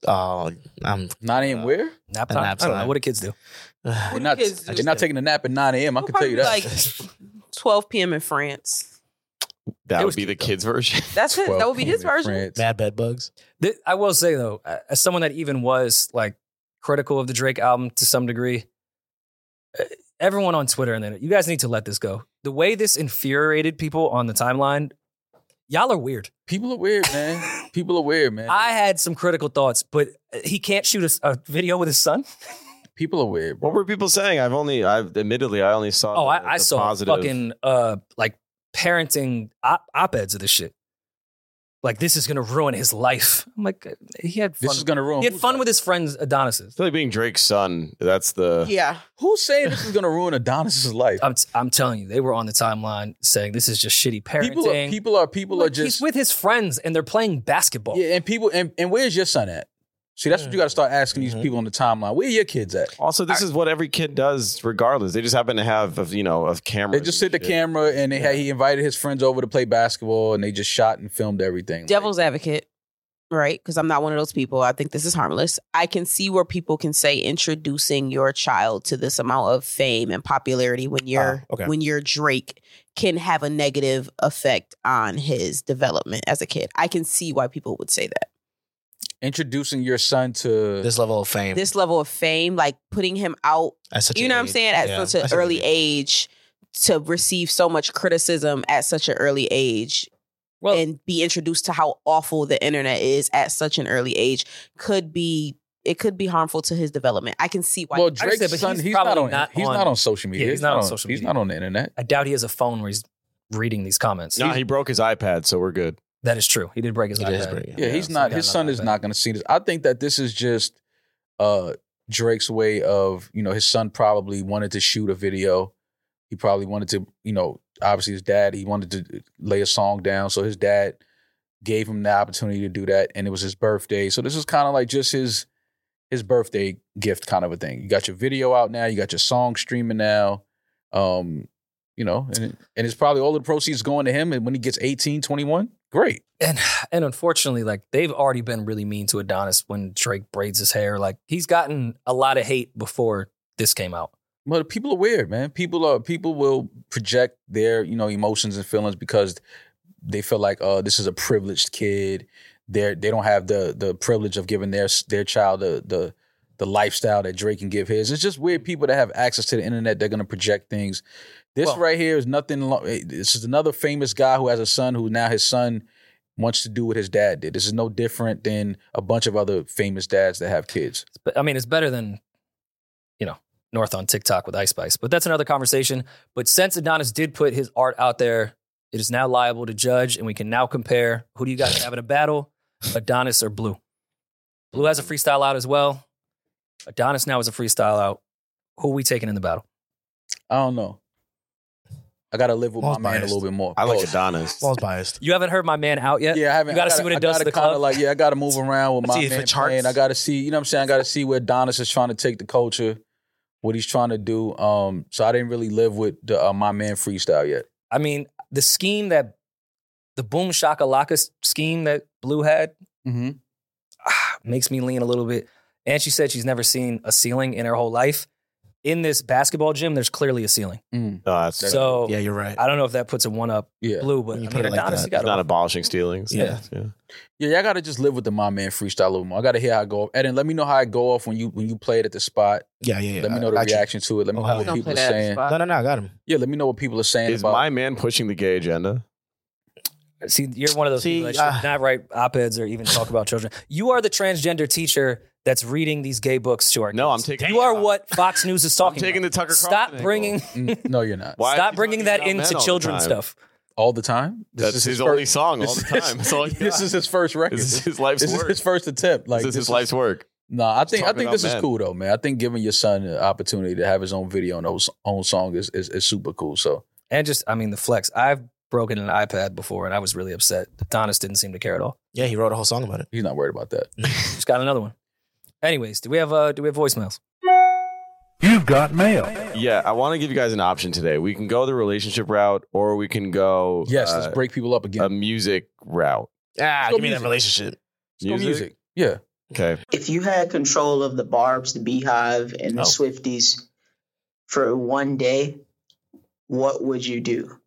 Oh, I'm Nine a.m. Where? Nap At time. nap I don't know time. what do kids do. They're not. kids do They're not taking a nap at nine a.m. I It'll can tell you that. probably be Like 12 p.m. in France. It that was would be the cute, though. kids version. That's it. 12 That would be his p.m. in version. France. mad bed bugs. Th- I will say though, a- as someone that even was like critical of the Drake album to some degree, uh, everyone on Twitter and then you guys need to let this go. The way this infuriated people on the timeline, y'all are weird. People are weird, man. People are weird, man. I had some critical thoughts, but eh, he can't shoot a s- a, video with his son. People are weird. What were people saying? I've only, I've admittedly, I only saw. Oh, the- I, I the saw positive- fucking uh, like parenting op- op-eds of this shit. Like this is gonna ruin his life. I'm like, uh, he had fun. This is gonna ruin. he had who's fun life? with his friends Adonis's. I feel like being Drake's son. That's uh, the Yeah. Who's saying this is gonna ruin Adonis's life? I'm, t- I'm telling you, they were on the timeline saying this is just shitty parenting. People are people are people Like, are just he's with his friends and they're playing basketball. yeah, and people and, and where's your son at? See, that's what you got to start asking these Mhm. Mm-hmm. people on the timeline. Where your kids at? also this is what every kid does, regardless. They just happen to have of you know of cameras. They just hit and the shit. camera and they had, he invited his friends over to play basketball and they just shot and filmed everything. Devil's advocate, right? Because I'm not one of those people. I think this is harmless. I can see where people can say introducing your child to this amount of fame and popularity when you're Ah, okay. when you're Drake can have a negative effect on his development as a kid. I can see why people would say that. introducing your son to This level of fame. This level of fame, like putting him out at such you an know what I'm age. saying? At Yeah, such an that's early age. age, to receive so much criticism at such an early age Well- and be introduced to how awful the internet is at such an early age could be it could be harmful to his development. I can see why. well, said, Drake's but he's son. He's, not probably on. not he's on- not on social media. Yeah, he's, not on social. He's media. not on the internet. I doubt he has a phone where he's reading these comments. Nah, he broke his iPad, so we're good. that is true. He did break his It is iPad. pretty- Yeah, he's so not. he His got son another is iPad. not going to see this. I think that this is just uh Drake's way of you know his son probably wanted to shoot a video. He probably wanted to you know obviously his dad he wanted to uh, lay a song down, so his dad gave him the opportunity to do that, and it was his birthday. So this is kind of like just his his birthday gift kind of a thing. You got your video out now. You got your song streaming now. Um, you know, and, it- and it's probably all the proceeds going to him. And when he gets 18, 21, great. And and unfortunately, like they've already been really mean to Adonis when Drake braids his hair. Like he's gotten a lot of hate before this came out. But people are weird, man. People are people will project their you know emotions and feelings because they feel like uh this is a privileged kid. They they don't have the the privilege of giving their their child the the the lifestyle that Drake can give his. It's just weird people that have access to the internet. They're gonna project things. This Well- right here is nothing. Lo- eh, this is another famous guy who has a son who now his son wants to do what his dad did. This is no different than a bunch of other famous dads that have kids. But I mean, it's better than, you know, North on TikTok with Ice Spice. But that's another conversation. But since Adonis did put his art out there, it is now liable to judge, and we can now compare who do you guys have in a battle, Adonis or Blue? Blue has a freestyle out as well. Adonis now has a freestyle out. Who we taking in the battle? I don't know. I gotta live with Most my man a biased. little bit more. I like Pause. Adonis. Well, I was biased. You haven't heard my man out yet. Yeah, I haven't. You gotta I see what it I does to gotta the club. kinda Like, yeah, I gotta move around with Let's my see if it man charts. playing. I gotta see. You know what I'm saying? I gotta see where Adonis is trying to take the culture, what he's trying to do. Um, so I didn't really live with the uh, my man freestyle yet. I mean, the scheme that the boom shakalaka scheme that Blue had Mm-hmm. ah, makes me lean a little bit. And she said she's never seen a ceiling in her whole life. In this basketball gym, there's clearly a ceiling. No, that's, That's- So Yeah, you're right. I don't know if that puts a one up Yeah, blue, but I You mean, put it like Adonis, that. you got it's not abolishing stealings. Yeah. yeah. I gotta just live with the my man freestyle a little more. I gotta hear how I go, and then let me know how I go off when you when you play it at the spot. Yeah, yeah, yeah. Let me I know the got you. reaction to it. Let me Oh, know hell what yeah. people are saying. No, no, no. I got him. Yeah, let me know what people are saying Is about. my man pushing the gay agenda? See, you're one of those See, people that should ah. not write op eds or even talk about children. You are the transgender teacher that's reading these gay books to our No, I'm kids. taking. You are what Fox News is I'm talking taking the about. Tucker. Carlson Stop angle. bringing, Mm, no, you're not. Why is stop he bringing talking that about men into all the children time? stuff. All the time. This That's is his, first- only song This all the is- time. That's all he this got. is his first record. This is his life's This is work. his first attempt. Like this is his life's work. Nah, I think I talking think about this is men. cool though, man. I think giving your son the opportunity to have his own video and his own song is is, is super cool. So And just, I mean, the flex. I've broken an iPad before and I was really upset. Adonis didn't seem to care at all. Yeah, he wrote a whole song about it. he's not worried about that. Just got another one. Anyways, do we have uh do we have voicemails? You've got mail. Yeah, I want to give you guys an option today. We can go the relationship route, or we can go Yes, uh, let's break people up again. a music route. Ah, go give me music. that relationship. Let's go music. Yeah. Okay. If you had control of the Barb's, the Beehive, and the Oh. Swifties for one day, what would you do?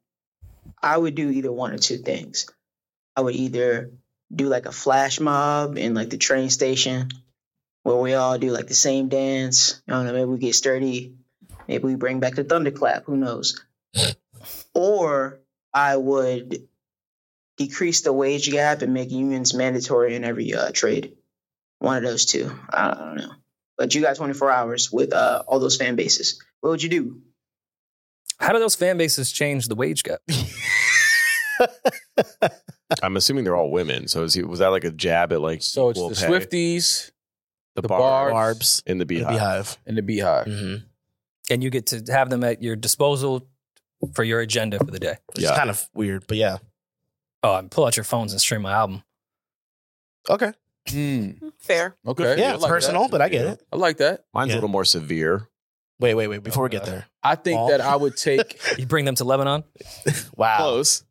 I would do either one or two things. I would either do like a flash mob in like the train station where we all do like the same dance. I don't know, maybe we get sturdy. Maybe we bring back the thunderclap. Who knows? or I would decrease the wage gap and make unions mandatory in every uh, trade one of those two. I don't know. But you got 24 hours with uh, all those fan bases. What would you do? How do those fan bases change the wage gap? I'm assuming they're all women. So is he, was that like a jab at like So it's equal the pay? Swifties the, the bar, bar- Barbs. in the The beehive? beehive. and the Beehive. Mm-hmm. and you get to have them at your disposal for your agenda for the day. It's Yeah. kind of weird, but yeah. Oh, and pull out your phones and stream my album. Okay. Mm, Mm-hmm. Fair. Good okay, for Yeah, you. I it's like personal, that. but I get Yeah. it. I like that. Mine's Yeah. a little more severe. Wait, wait, wait. Before we get there. I think Paul? that I would take You bring them to Lebanon. Wow. Close.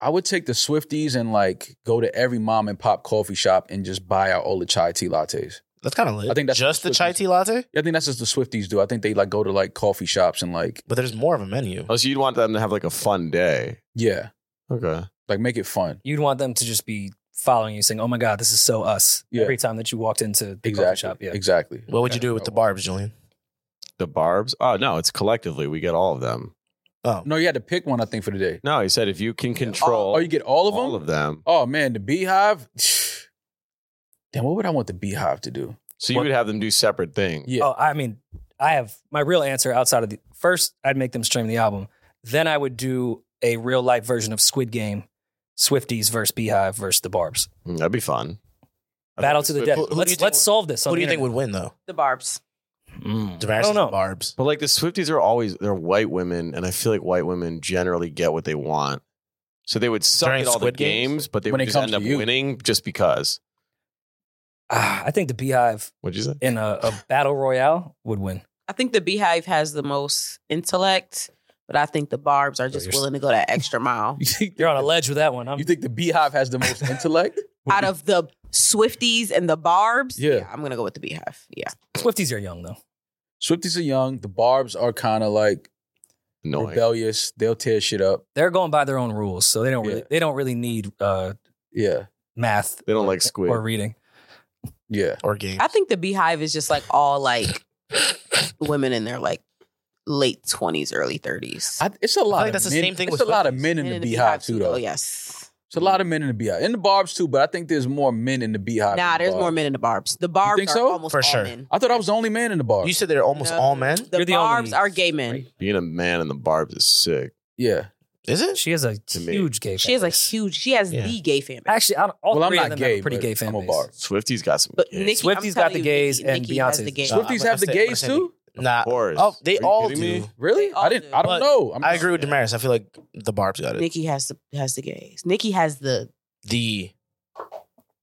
I would take the Swifties and like go to every mom and pop coffee shop and just buy out all the chai tea lattes. That's kind of lit. I think that's just the what chai this- tea latte, I think that's just the Swifties do. I think they like go to like coffee shops and like but there's more of a menu. Oh, so you'd want them to have like a fun day. yeah, Okay. like make it fun. You'd want them to just be following you, saying, "Oh my God, this is so us!" Yeah. Every time that you walked into the Exactly. coffee shop, yeah. Exactly. What would you do with the barbs, Julian? The barbs? Oh, no, it's collectively. We get all of them. Oh, No, you had to pick one. I think for the day. No, he said if you can control Oh, you get all of them. all of them. Oh man, the Beehive. Damn, what would I want the Beehive to do? So you What- would have them do separate things. Yeah. Oh, I mean, I have my real answer outside of the first. I'd make them stream the album. Then I would do a real life version of Squid Game, Swifties versus Beehive versus the Barb's Mm, That'd be fun. I battle think to the Swif- death. Who- who do you let's think let's would- solve this. on who do the you think would internet. win though? The barbs. Mm. Tavares I don't or the know. Barbs. But like the Swifties are always they're white women, and I feel like white women generally get what they want. So they would suck During at all Squid the games, Games? but they When would it just comes end to up you. winning just because. Ah, I think the Beehive What'd you say? in a, a battle royale would win. I think the beehive has the most intellect, but I think the barbs are just You're- willing to go that extra Oh, mile. You think, You're on a ledge with that one. I'm, you think the Beehive has the most intellect? Out of the Swifties and the barbs, Yeah. I'm gonna go with the beehive. Yeah. Swifties are young though. Swifties are young. The Barbs are kind of like Annoying. rebellious. They'll tear shit up. They're going by their own rules, so they don't really Yeah. they don't really need uh, Yeah. math They don't like squid. or reading. Yeah. Or game. I think the beehive is just like all like women in their like late twenties, early thirties. I, it's a lot. like of that's the men- same thing It's with a lot of Swifties. men in, the, beehive, too, Oh, though. yes. It's a lot of men in the beehive, and the barbs too. But I think there's more men in the beehive. than Nah, the there's Barbs. more men in the barbs. The barbs think are so? almost For all sure. men. I thought I was the only man in the barbs. You said they're almost No. all men. The You're the barbs only- are gay men. Being a man in the barbs is sick. yeah. Is it? She has a To me. huge gay. She fan has a base. huge. She has Yeah. the gay fan base. Actually, I don't- all well, I'm three not of them gay. have a pretty but gay fan I'm a base. barb. Swifty's got some. But gays. Nikki, Swifties I'm got telling the you, gays Nikki- and Nikki has Beyonce's. the gays. Nah, Swifties I'm- have the I'm saying- gays I'm saying- too. Nah. Of course. Oh, they Are you all do. kidding me? Really? They all I didn't. I But don't know. I'm I agree with Damaris. I feel like the Barbs got it. Nikki has the has the gays. Nikki has the The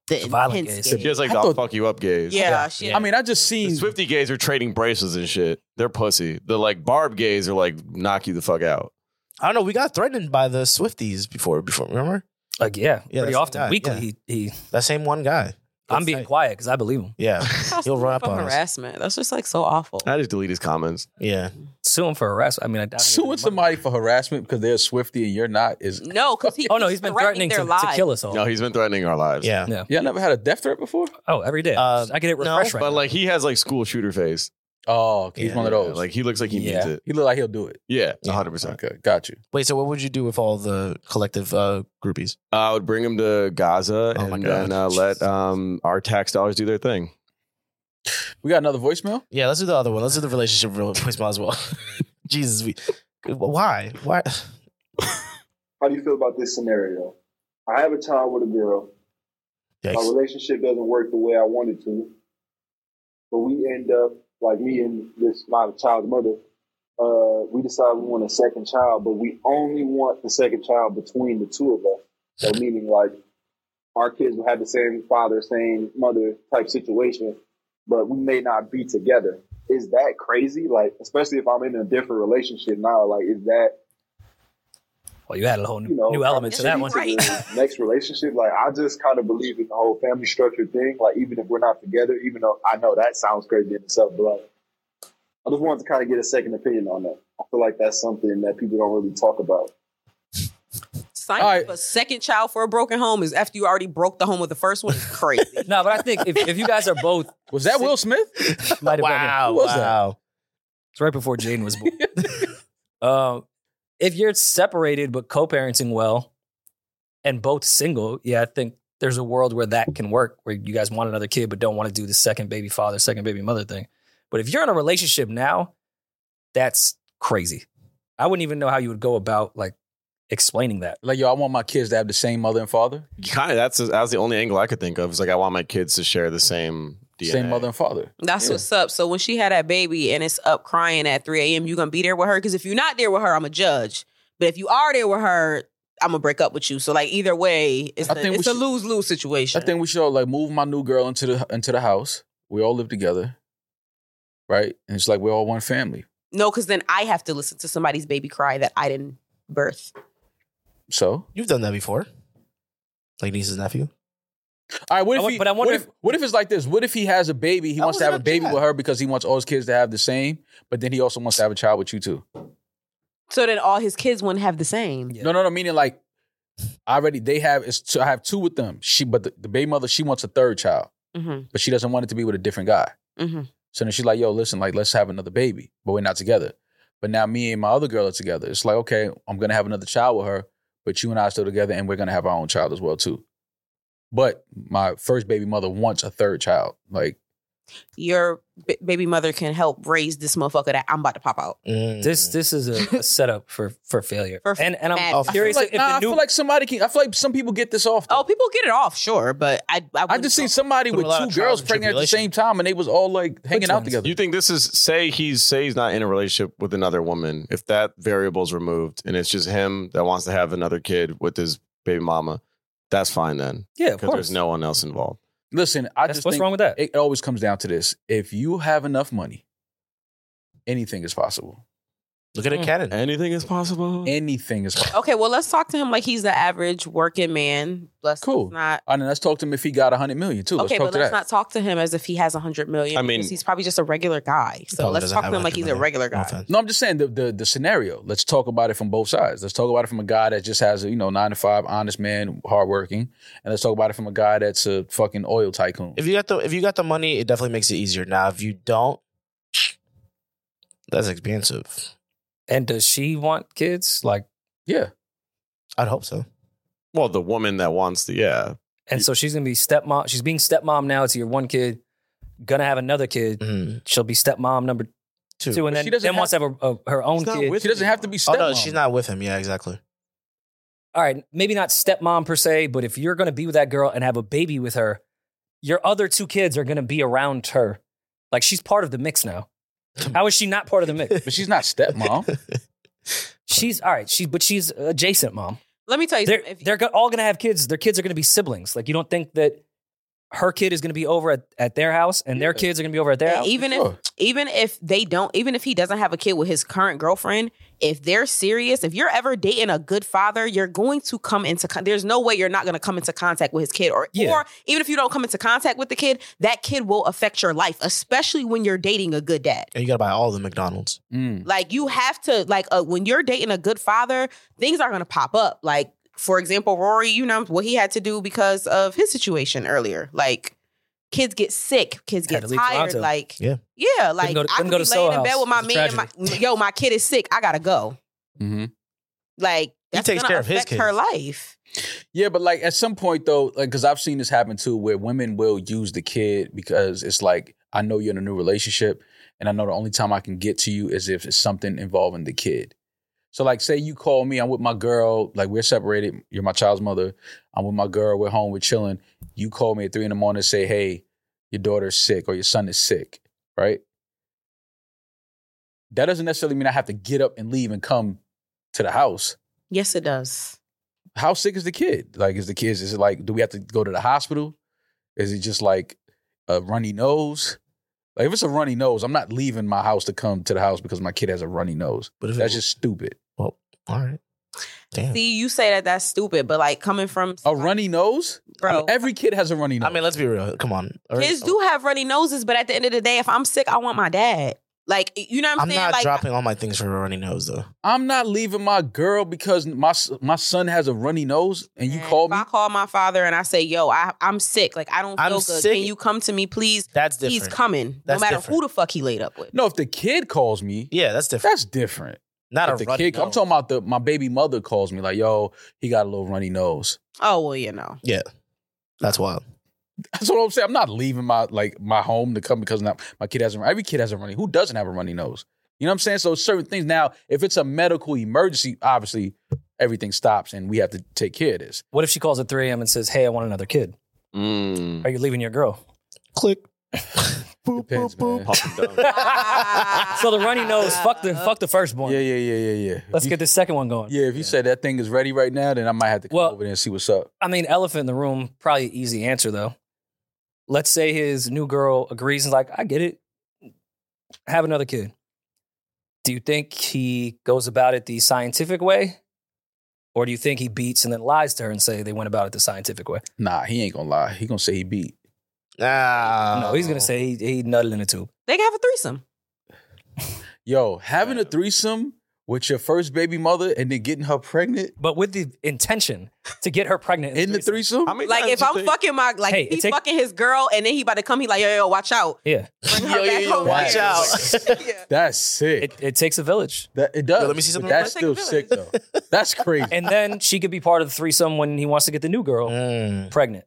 the, The violent intense gays. gays. She has like I the thought- I'll fuck you up gays. Yeah, Yeah, she yeah. I mean, I just The seen. Swifty gays are trading braces and shit. They're pussy. The like barb gays are like knock you the fuck out. I don't know. We got threatened by the Swifties before. Before remember Like yeah, Yeah, that's pretty the often. guy, Weekly, yeah. he, he that same one guy. I'm being tight. quiet because I believe him. Yeah, That's He'll run up from on us. harassment. That's just like so awful. I just delete his comments. yeah. Sue him for harassment. I mean, I doubt. he Suing would. somebody for harassment because they're a Swifty and you're not is No, because he Oh no, keeps he's been threatening threatening their to, to lives. kill us all. No, he's been threatening our lives. Yeah. Yeah. Yeah, I never had a death threat before. Oh, every day. Uh, I get it no. refreshed right But now. like he has like school shooter face. Oh, okay, he's Yeah, one of Yeah, those. Like he looks like he Yeah. means it. he looked like he'll do it. Yeah, hundred percent. Okay, got you. Wait. So what would you do with all the collective uh, groupies? I would bring him to Gaza Oh my and God. then uh, let um, our tax dollars do their thing. We got another voicemail. Yeah. Let's do the other one. Let's do the relationship real voicemail as well. Jesus. We, why? Why? How do you feel about this scenario? I have a child with a girl. My Yikes. relationship doesn't work the way I want it to. But we end up, like me and this my child's mother, uh, we decide we want a second child, but we only want the second child between the two of us. So meaning like our kids will have the same father, same mother type situation, but we may not be together. Is that crazy? Like, especially if I'm in a different relationship now, like is that well, Oh, you added a whole new, you know, new element to kinda that one. take to the next relationship, like I just kind of believe in the whole family structure thing. Like even if we're not together, even though I know that sounds crazy in itself, but like, I just wanted to kind of get a second opinion on that. I feel like that's something that people don't really talk about. Signing All right. up a second child for a broken home is after you already broke the home with the first one. It's crazy. No, but I think if, if you guys are both, Was that Will Smith? might have been him. Wow. Who was that? Wow. It's right before Jane was born. um, if you're separated but co-parenting well, and both single, yeah, I think there's a world where that can work, where you guys want another kid but don't want to do the second baby father, second baby mother thing. But if you're in a relationship now, that's crazy. I wouldn't even know how you would go about like explaining that. Like, yo, I want my kids to have the same mother and father, Kind of. That's that's the only angle I could think of. It's like I want my kids to share the same DNA. same mother and father. That's Yeah. what's up. So when she had that baby and it's up crying at 3 a.m., you gonna be there with her? Because if you're not there with her, I'm a judge. But if you are there with her, I'm gonna break up with you. So like either way, it's, I the- think we it's a should- lose lose I situation. think we should all, like move my new girl into the into the house. We all live together, right? And it's like we're all one family. no, because then I have to listen to somebody's baby cry that I didn't birth. So, You've done that before, like niece's nephew. all right. What I if? won- he, but I wonder what if, if- what if it's like this? What if he has a baby? He That wants to have a wasn't a baby child. with her because he wants all his kids to have the same, but then he also wants to have a child with you too. So then all his kids wouldn't have the same. Yeah. No, no, no. Meaning like, I already they have. It's two, I have two with them. She, but the, the baby mother, she wants a third child, Mm-hmm. but she doesn't want it to be with a different guy. Mm-hmm. So then she's like, yo, listen, like, let's have another baby, but we're not together. But now me and my other girl are together. It's like, okay, I'm going to have another child with her, but you and I are still together and we're going to have our own child as well, too. But my first baby mother wants a third child. Like, Your b- baby mother can help raise this motherfucker that I'm about to pop out. Mm. This this is a, a setup for for failure. For and and I'm mad- I feel curious like, if nah, the I new feel like somebody can, I feel like some people get this off. though. Oh, people get it off, sure, but I I, I just seen somebody Put with a lot two of trials girls and pregnant at the same tribulation. time and they was all like hanging out ones? together. You think this is say he's say he's not in a relationship with another woman. If that variable's removed and it's just him that wants to have another kid with his baby mama, that's fine then yeah, of because course. there's no one else involved. Listen, I That's- just what's think wrong with that? it always comes down to this. If you have enough money, anything is possible. Look at a Mm. cannon. Anything is possible. Anything is possible. Okay, well, let's talk to him like he's the average working man. Let's, Cool. let's not. And then let's talk to him if he got a hundred million too. Let's okay, talk but to let's that. not talk to him as if he has a hundred million. I mean- because he's probably just a regular guy. So Probably let's doesn't talk have to him like he's a 100 regular No guy. offense. no, I'm just saying the, the the scenario. Let's talk about it from both sides. Let's talk about it from a guy that just has a you know nine to five, honest man, hardworking, and let's talk about it from a guy that's a fucking oil tycoon. If you got the if you got the money, it definitely makes it easier. Now, if you don't, that's expensive. And does she want kids? Like yeah, I'd hope so. Well, the woman that wants the yeah. and so she's gonna be stepmom. She's being stepmom now to your one kid. Gonna have another kid. Mm. She'll be stepmom number two, and Mm-hmm. Two. But then, she doesn't then wants to have a, a- her own She's not kid. with she doesn't me. have to be. Oh Stepmom. no, she's not with him. Yeah, exactly. all right, maybe not stepmom per se, but if you're going to be with that girl and have a baby with her, your other two kids are going to be around her. Like she's part of the mix now. How is she not part of the mix? But she's not stepmom. She's all right. She, but she's adjacent mom. Let me tell you, They're something. If- they're go- all going to have kids. Their kids are going to be siblings. Like you don't think that her kid is going to be over at, at their house and their Yeah. kids are going to be over at their house. even Sure. if even if they don't, even if he doesn't have a kid with his current girlfriend, if they're serious, if you're ever dating a good father, you're going to come into. Con- There's no way you're not going to come into contact with his kid, or Yeah. or even if you don't come into contact with the kid, that kid will affect your life, especially when you're dating a good dad. And you gotta buy all the McDonald's. Mm. Like you have to like uh, when you're dating a good father, things are gonna pop up. Like for example, Rory, you know what he had to do because of his situation earlier. Like kids get sick, kids Had get to leave tired. Toronto. Like Yeah. yeah. Like go to- I couldn't could go be to laying Soho in bed with my House. It's a man. And my, yo, my kid is sick. I gotta go. hmm Like that's takes gonna care of his affect her kids. life. Yeah, but like at some point though, like because I've seen this happen too, where women will use the kid because it's like I know you're in a new relationship, and I know the only time I can get to you is if it's something involving the kid. So like, say you call me, I'm with my girl, like we're separated. You're my child's mother. I'm with my girl. We're home. We're chilling. You call me at three in the morning, and say, "Hey, your daughter's sick or your son is sick," right? That doesn't necessarily mean I have to get up and leave and come to the house Yes, it does. how sick is the kid? Like, is the kids? Is it like? Do we have to go to the hospital? Is it just like a runny nose? Like, if it's a runny nose, I'm not leaving my house to come to the house because my kid has a runny nose. But if it- That's just stupid. all right. Damn. See, you say that that's stupid, but like coming from A runny nose? bro. Every kid has a runny nose. I mean, let's be real. Come on. All right. Kids do have runny noses, but at the end of the day, if I'm sick, I want my dad. Like you know what I'm, I'm saying? not like dropping all my things for a runny nose though. I'm not leaving my girl because my s- my son has a runny nose, and you Man, call if me. I call my father and I say, "Yo, I, I'm sick. Like I don't feel I'm good. sick. Can you come to me, please?" That's different. He's coming, That's no matter different. who the fuck he laid up with. No, if the kid calls me, Yeah, that's different. that's different. Not If a the runny kid, I'm nose. talking about the my baby mother calls me like, yo, he got a little runny nose. Oh well, you know. That's wild. That's what I'm saying. I'm not leaving my like my home to come because now my kid has a every kid has a runny. Who doesn't have a runny nose? You know what I'm saying? So certain things. Now, if it's a medical emergency, obviously everything stops and we have to take care of this. What if she calls at 3 a.m. and says, Hey, I want another kid? Mm. Are you leaving your girl? Click. Depends, man. Pop it down. So the runny nose, fuck the fuck the firstborn. Yeah, yeah, yeah, yeah, yeah. Let's If you- get the second one going. Yeah, if you said that thing is ready right now, then I might have to come Well- over there and see what's up. I mean, elephant in the room, probably easy answer though. Let's say his new girl agrees and like, I get it. Have another kid. Do you think he goes about it the scientific way? Or do you think he beats and then lies to her and say they went about it the scientific way? Nah, he ain't gonna lie. He gonna say he beat. Nah. no, Oh. he's gonna say he, he nutted in a tube. They can have a threesome. Yo, having a threesome with your first baby mother and then getting her pregnant But with the intention to get her pregnant in the threesome. How many Like times if you I'm think- fucking my like Hey, if he's it take- fucking his girl and then he about to come, he like, yo, yo, yo, watch out. Yeah. Bring her Yo, yo, back yo, home. watch out. yeah. That's sick. It, it takes a village. that, it does. Yo, let me see something But That's real still quick. sick though. That's crazy. And then she could be part of the threesome when he wants to get the new girl Mm. pregnant.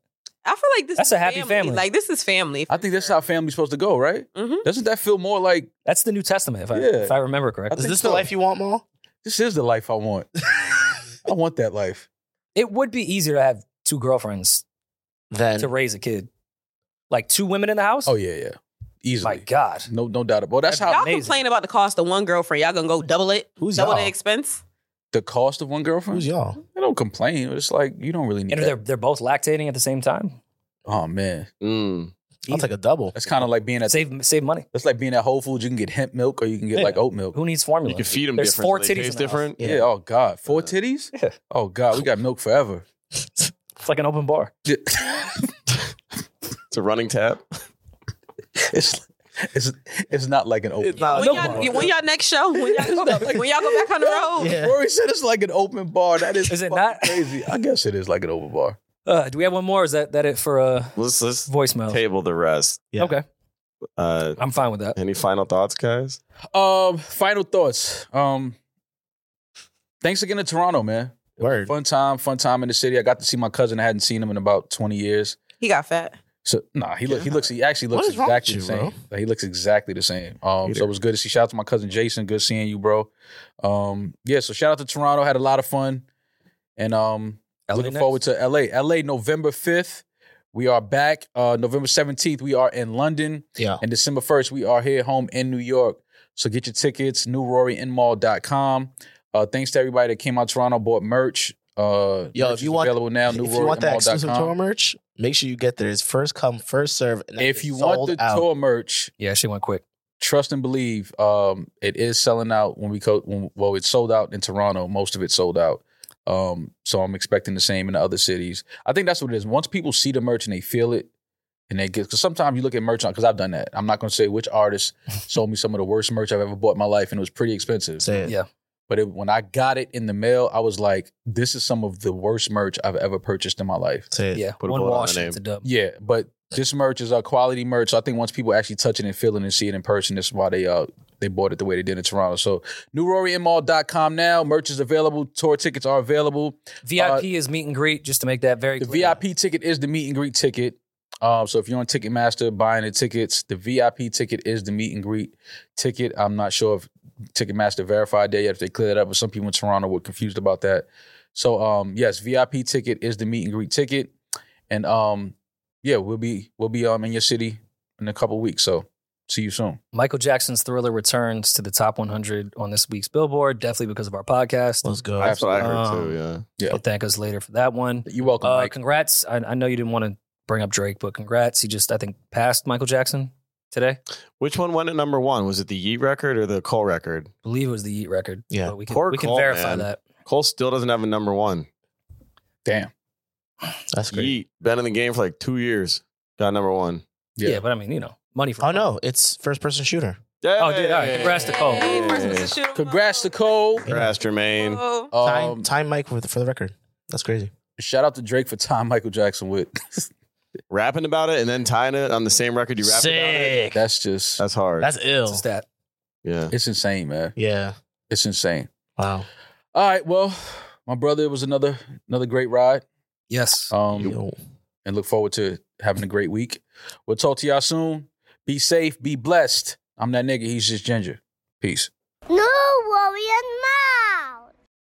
I feel like this That's is a happy family. Like this is family. I think that's how family's supposed to go, right? Mhm. Doesn't that feel more like That's the New Testament, if I, Yeah. if I remember correctly. I Is think this so. the life you want, Maul? this is the life I want? I want that life. it would be easier to have two girlfriends Then to raise a kid. Like two women in the house? Oh yeah, yeah. Easily. my God. No, no doubt about. it. That's That'd be how Y'all amazing. complain about the cost of one girlfriend. Y'all gonna go double it? Who's double y'all? the expense? the cost of one girlfriend. who's y'all? I don't complain. It's like you don't really need. And That. they're, they're both lactating at the same time. Oh man, Mm. I'll take a double. that's kind of like being at. Save, save money. That's like being at Whole Foods. You can get hemp milk or you can get Yeah. like oat milk. Who needs formula? You can feed them There's different. four so they titties taste in the house. different. Yeah. Oh God. Four titties. Yeah. Oh God. We got milk forever. It's like an open bar. It's a running tab. it's it's it's not like an open. It's not- When, No y'all, problem. when y'all next show? When y'all, go, when y'all go back on the road? Yeah. Rory said it's like an open bar. That is, Is it fucking not? crazy? I guess it is like an open bar. Uh, do we have one more? Or is that, that it for uh, Let's let's voicemail? table the rest. Yeah. Okay. Uh, I'm fine with that. any final thoughts, guys? Um, final thoughts. Um, thanks again to Toronto, man. Word. Fun time, fun time in the city. I got to see my cousin. I hadn't seen him in about twenty years. He got fat. So nah, he look he looks he actually What looks is wrong with exactly you, the same. bro? Like, he looks exactly the same. Um, so Either. it was good to see. Shout out to my cousin Jason. Good seeing you, bro. Um, yeah. So shout out to Toronto. Had a lot of fun, and um, LA Looking next? forward to LA. LA, November 5th. We are back. Uh, November 17th, we are in London. Yeah. And December 1st, we are here home in New York. So get your tickets, newroryinmall.com. Uh, thanks to everybody that came out to Toronto, bought merch. Uh, Yo, merch if is you want- available now, if you want that exclusive tour newroryinmall.com. merch, make sure you get there. It's first come, first serve. And that If is you want sold the out. tour merch, Yeah, she went quick. trust and believe, um, it is selling out when we co- when, well, it sold out in Toronto. Most of it sold out. Um, so I'm expecting the same in the other cities. I think that's what it is. Once people see the merch and they feel it, and they get because sometimes you look at merch on because I've done that. I'm not going to say which artist sold me some of the worst merch I've ever bought in my life, and it was pretty expensive. Say it. Yeah. But it, when I got it in the mail, I was like, "This is some of the worst merch I've ever purchased in my life." Say it. Yeah. Put a one bullet on wash, her name. it's a dub. Yeah, but this merch is a uh, quality merch. So I think once people actually touch it and feel it and see it in person, that's why they uh they bought it the way they did in Toronto. So newrorymall.com now. Merch is available. Tour tickets are available. VIP is meet and greet, just to make that very The clear. VIP ticket is the meet and greet ticket. Um, so if you're on Ticketmaster buying the tickets, the VIP ticket is the meet and greet ticket. I'm not sure if Ticketmaster verified that yet, if they cleared that up, but some people in Toronto were confused about that. So um, yes, VIP ticket is the meet and greet ticket. And um, yeah, we'll be we'll be um in your city in a couple weeks. So see you soon. Michael Jackson's Thriller returns to the top 100 on this week's Billboard, definitely because of our podcast. Let's go. That's what I heard Um, too. Yeah. But thank us later for that one. Uh, You're welcome, Uh, Mike. congrats. I, I know you didn't want to bring up Drake, but congrats. He just, I think, passed Michael Jackson today. I Which one went at number one? Was it the Ye record or the Cole record? believe it was the Yeet record. Yeah. But we can, Poor we can Cole, verify man. that. Cole still doesn't have a number one. Damn. That's great. Yeet been in the game for like two years. Got number one. Yeah. Yeah. but I mean, you know, money for Oh no, it's first person shooter. Oh, dude, all right. Congrats to Cole. Hey, Yeah. first Mr. Shoot 'em Congrats up. to Cole. Congrats, Jermaine. Oh. Um, time, time Mike for the, for the record. That's crazy. shout out to Drake for time Michael Jackson with. Rapping about it and then tying it on the same record you rapped about it. That's just That's hard. That's ill. It's a stat. yeah. it's insane, man. Yeah. It's insane. Wow. All right, well, my brother, it was another another great ride. Yes. Um, Yo. and look forward to having a great week. We'll talk to y'all soon. Be safe. Be blessed. I'm that nigga. He's just ginger. Peace. warrior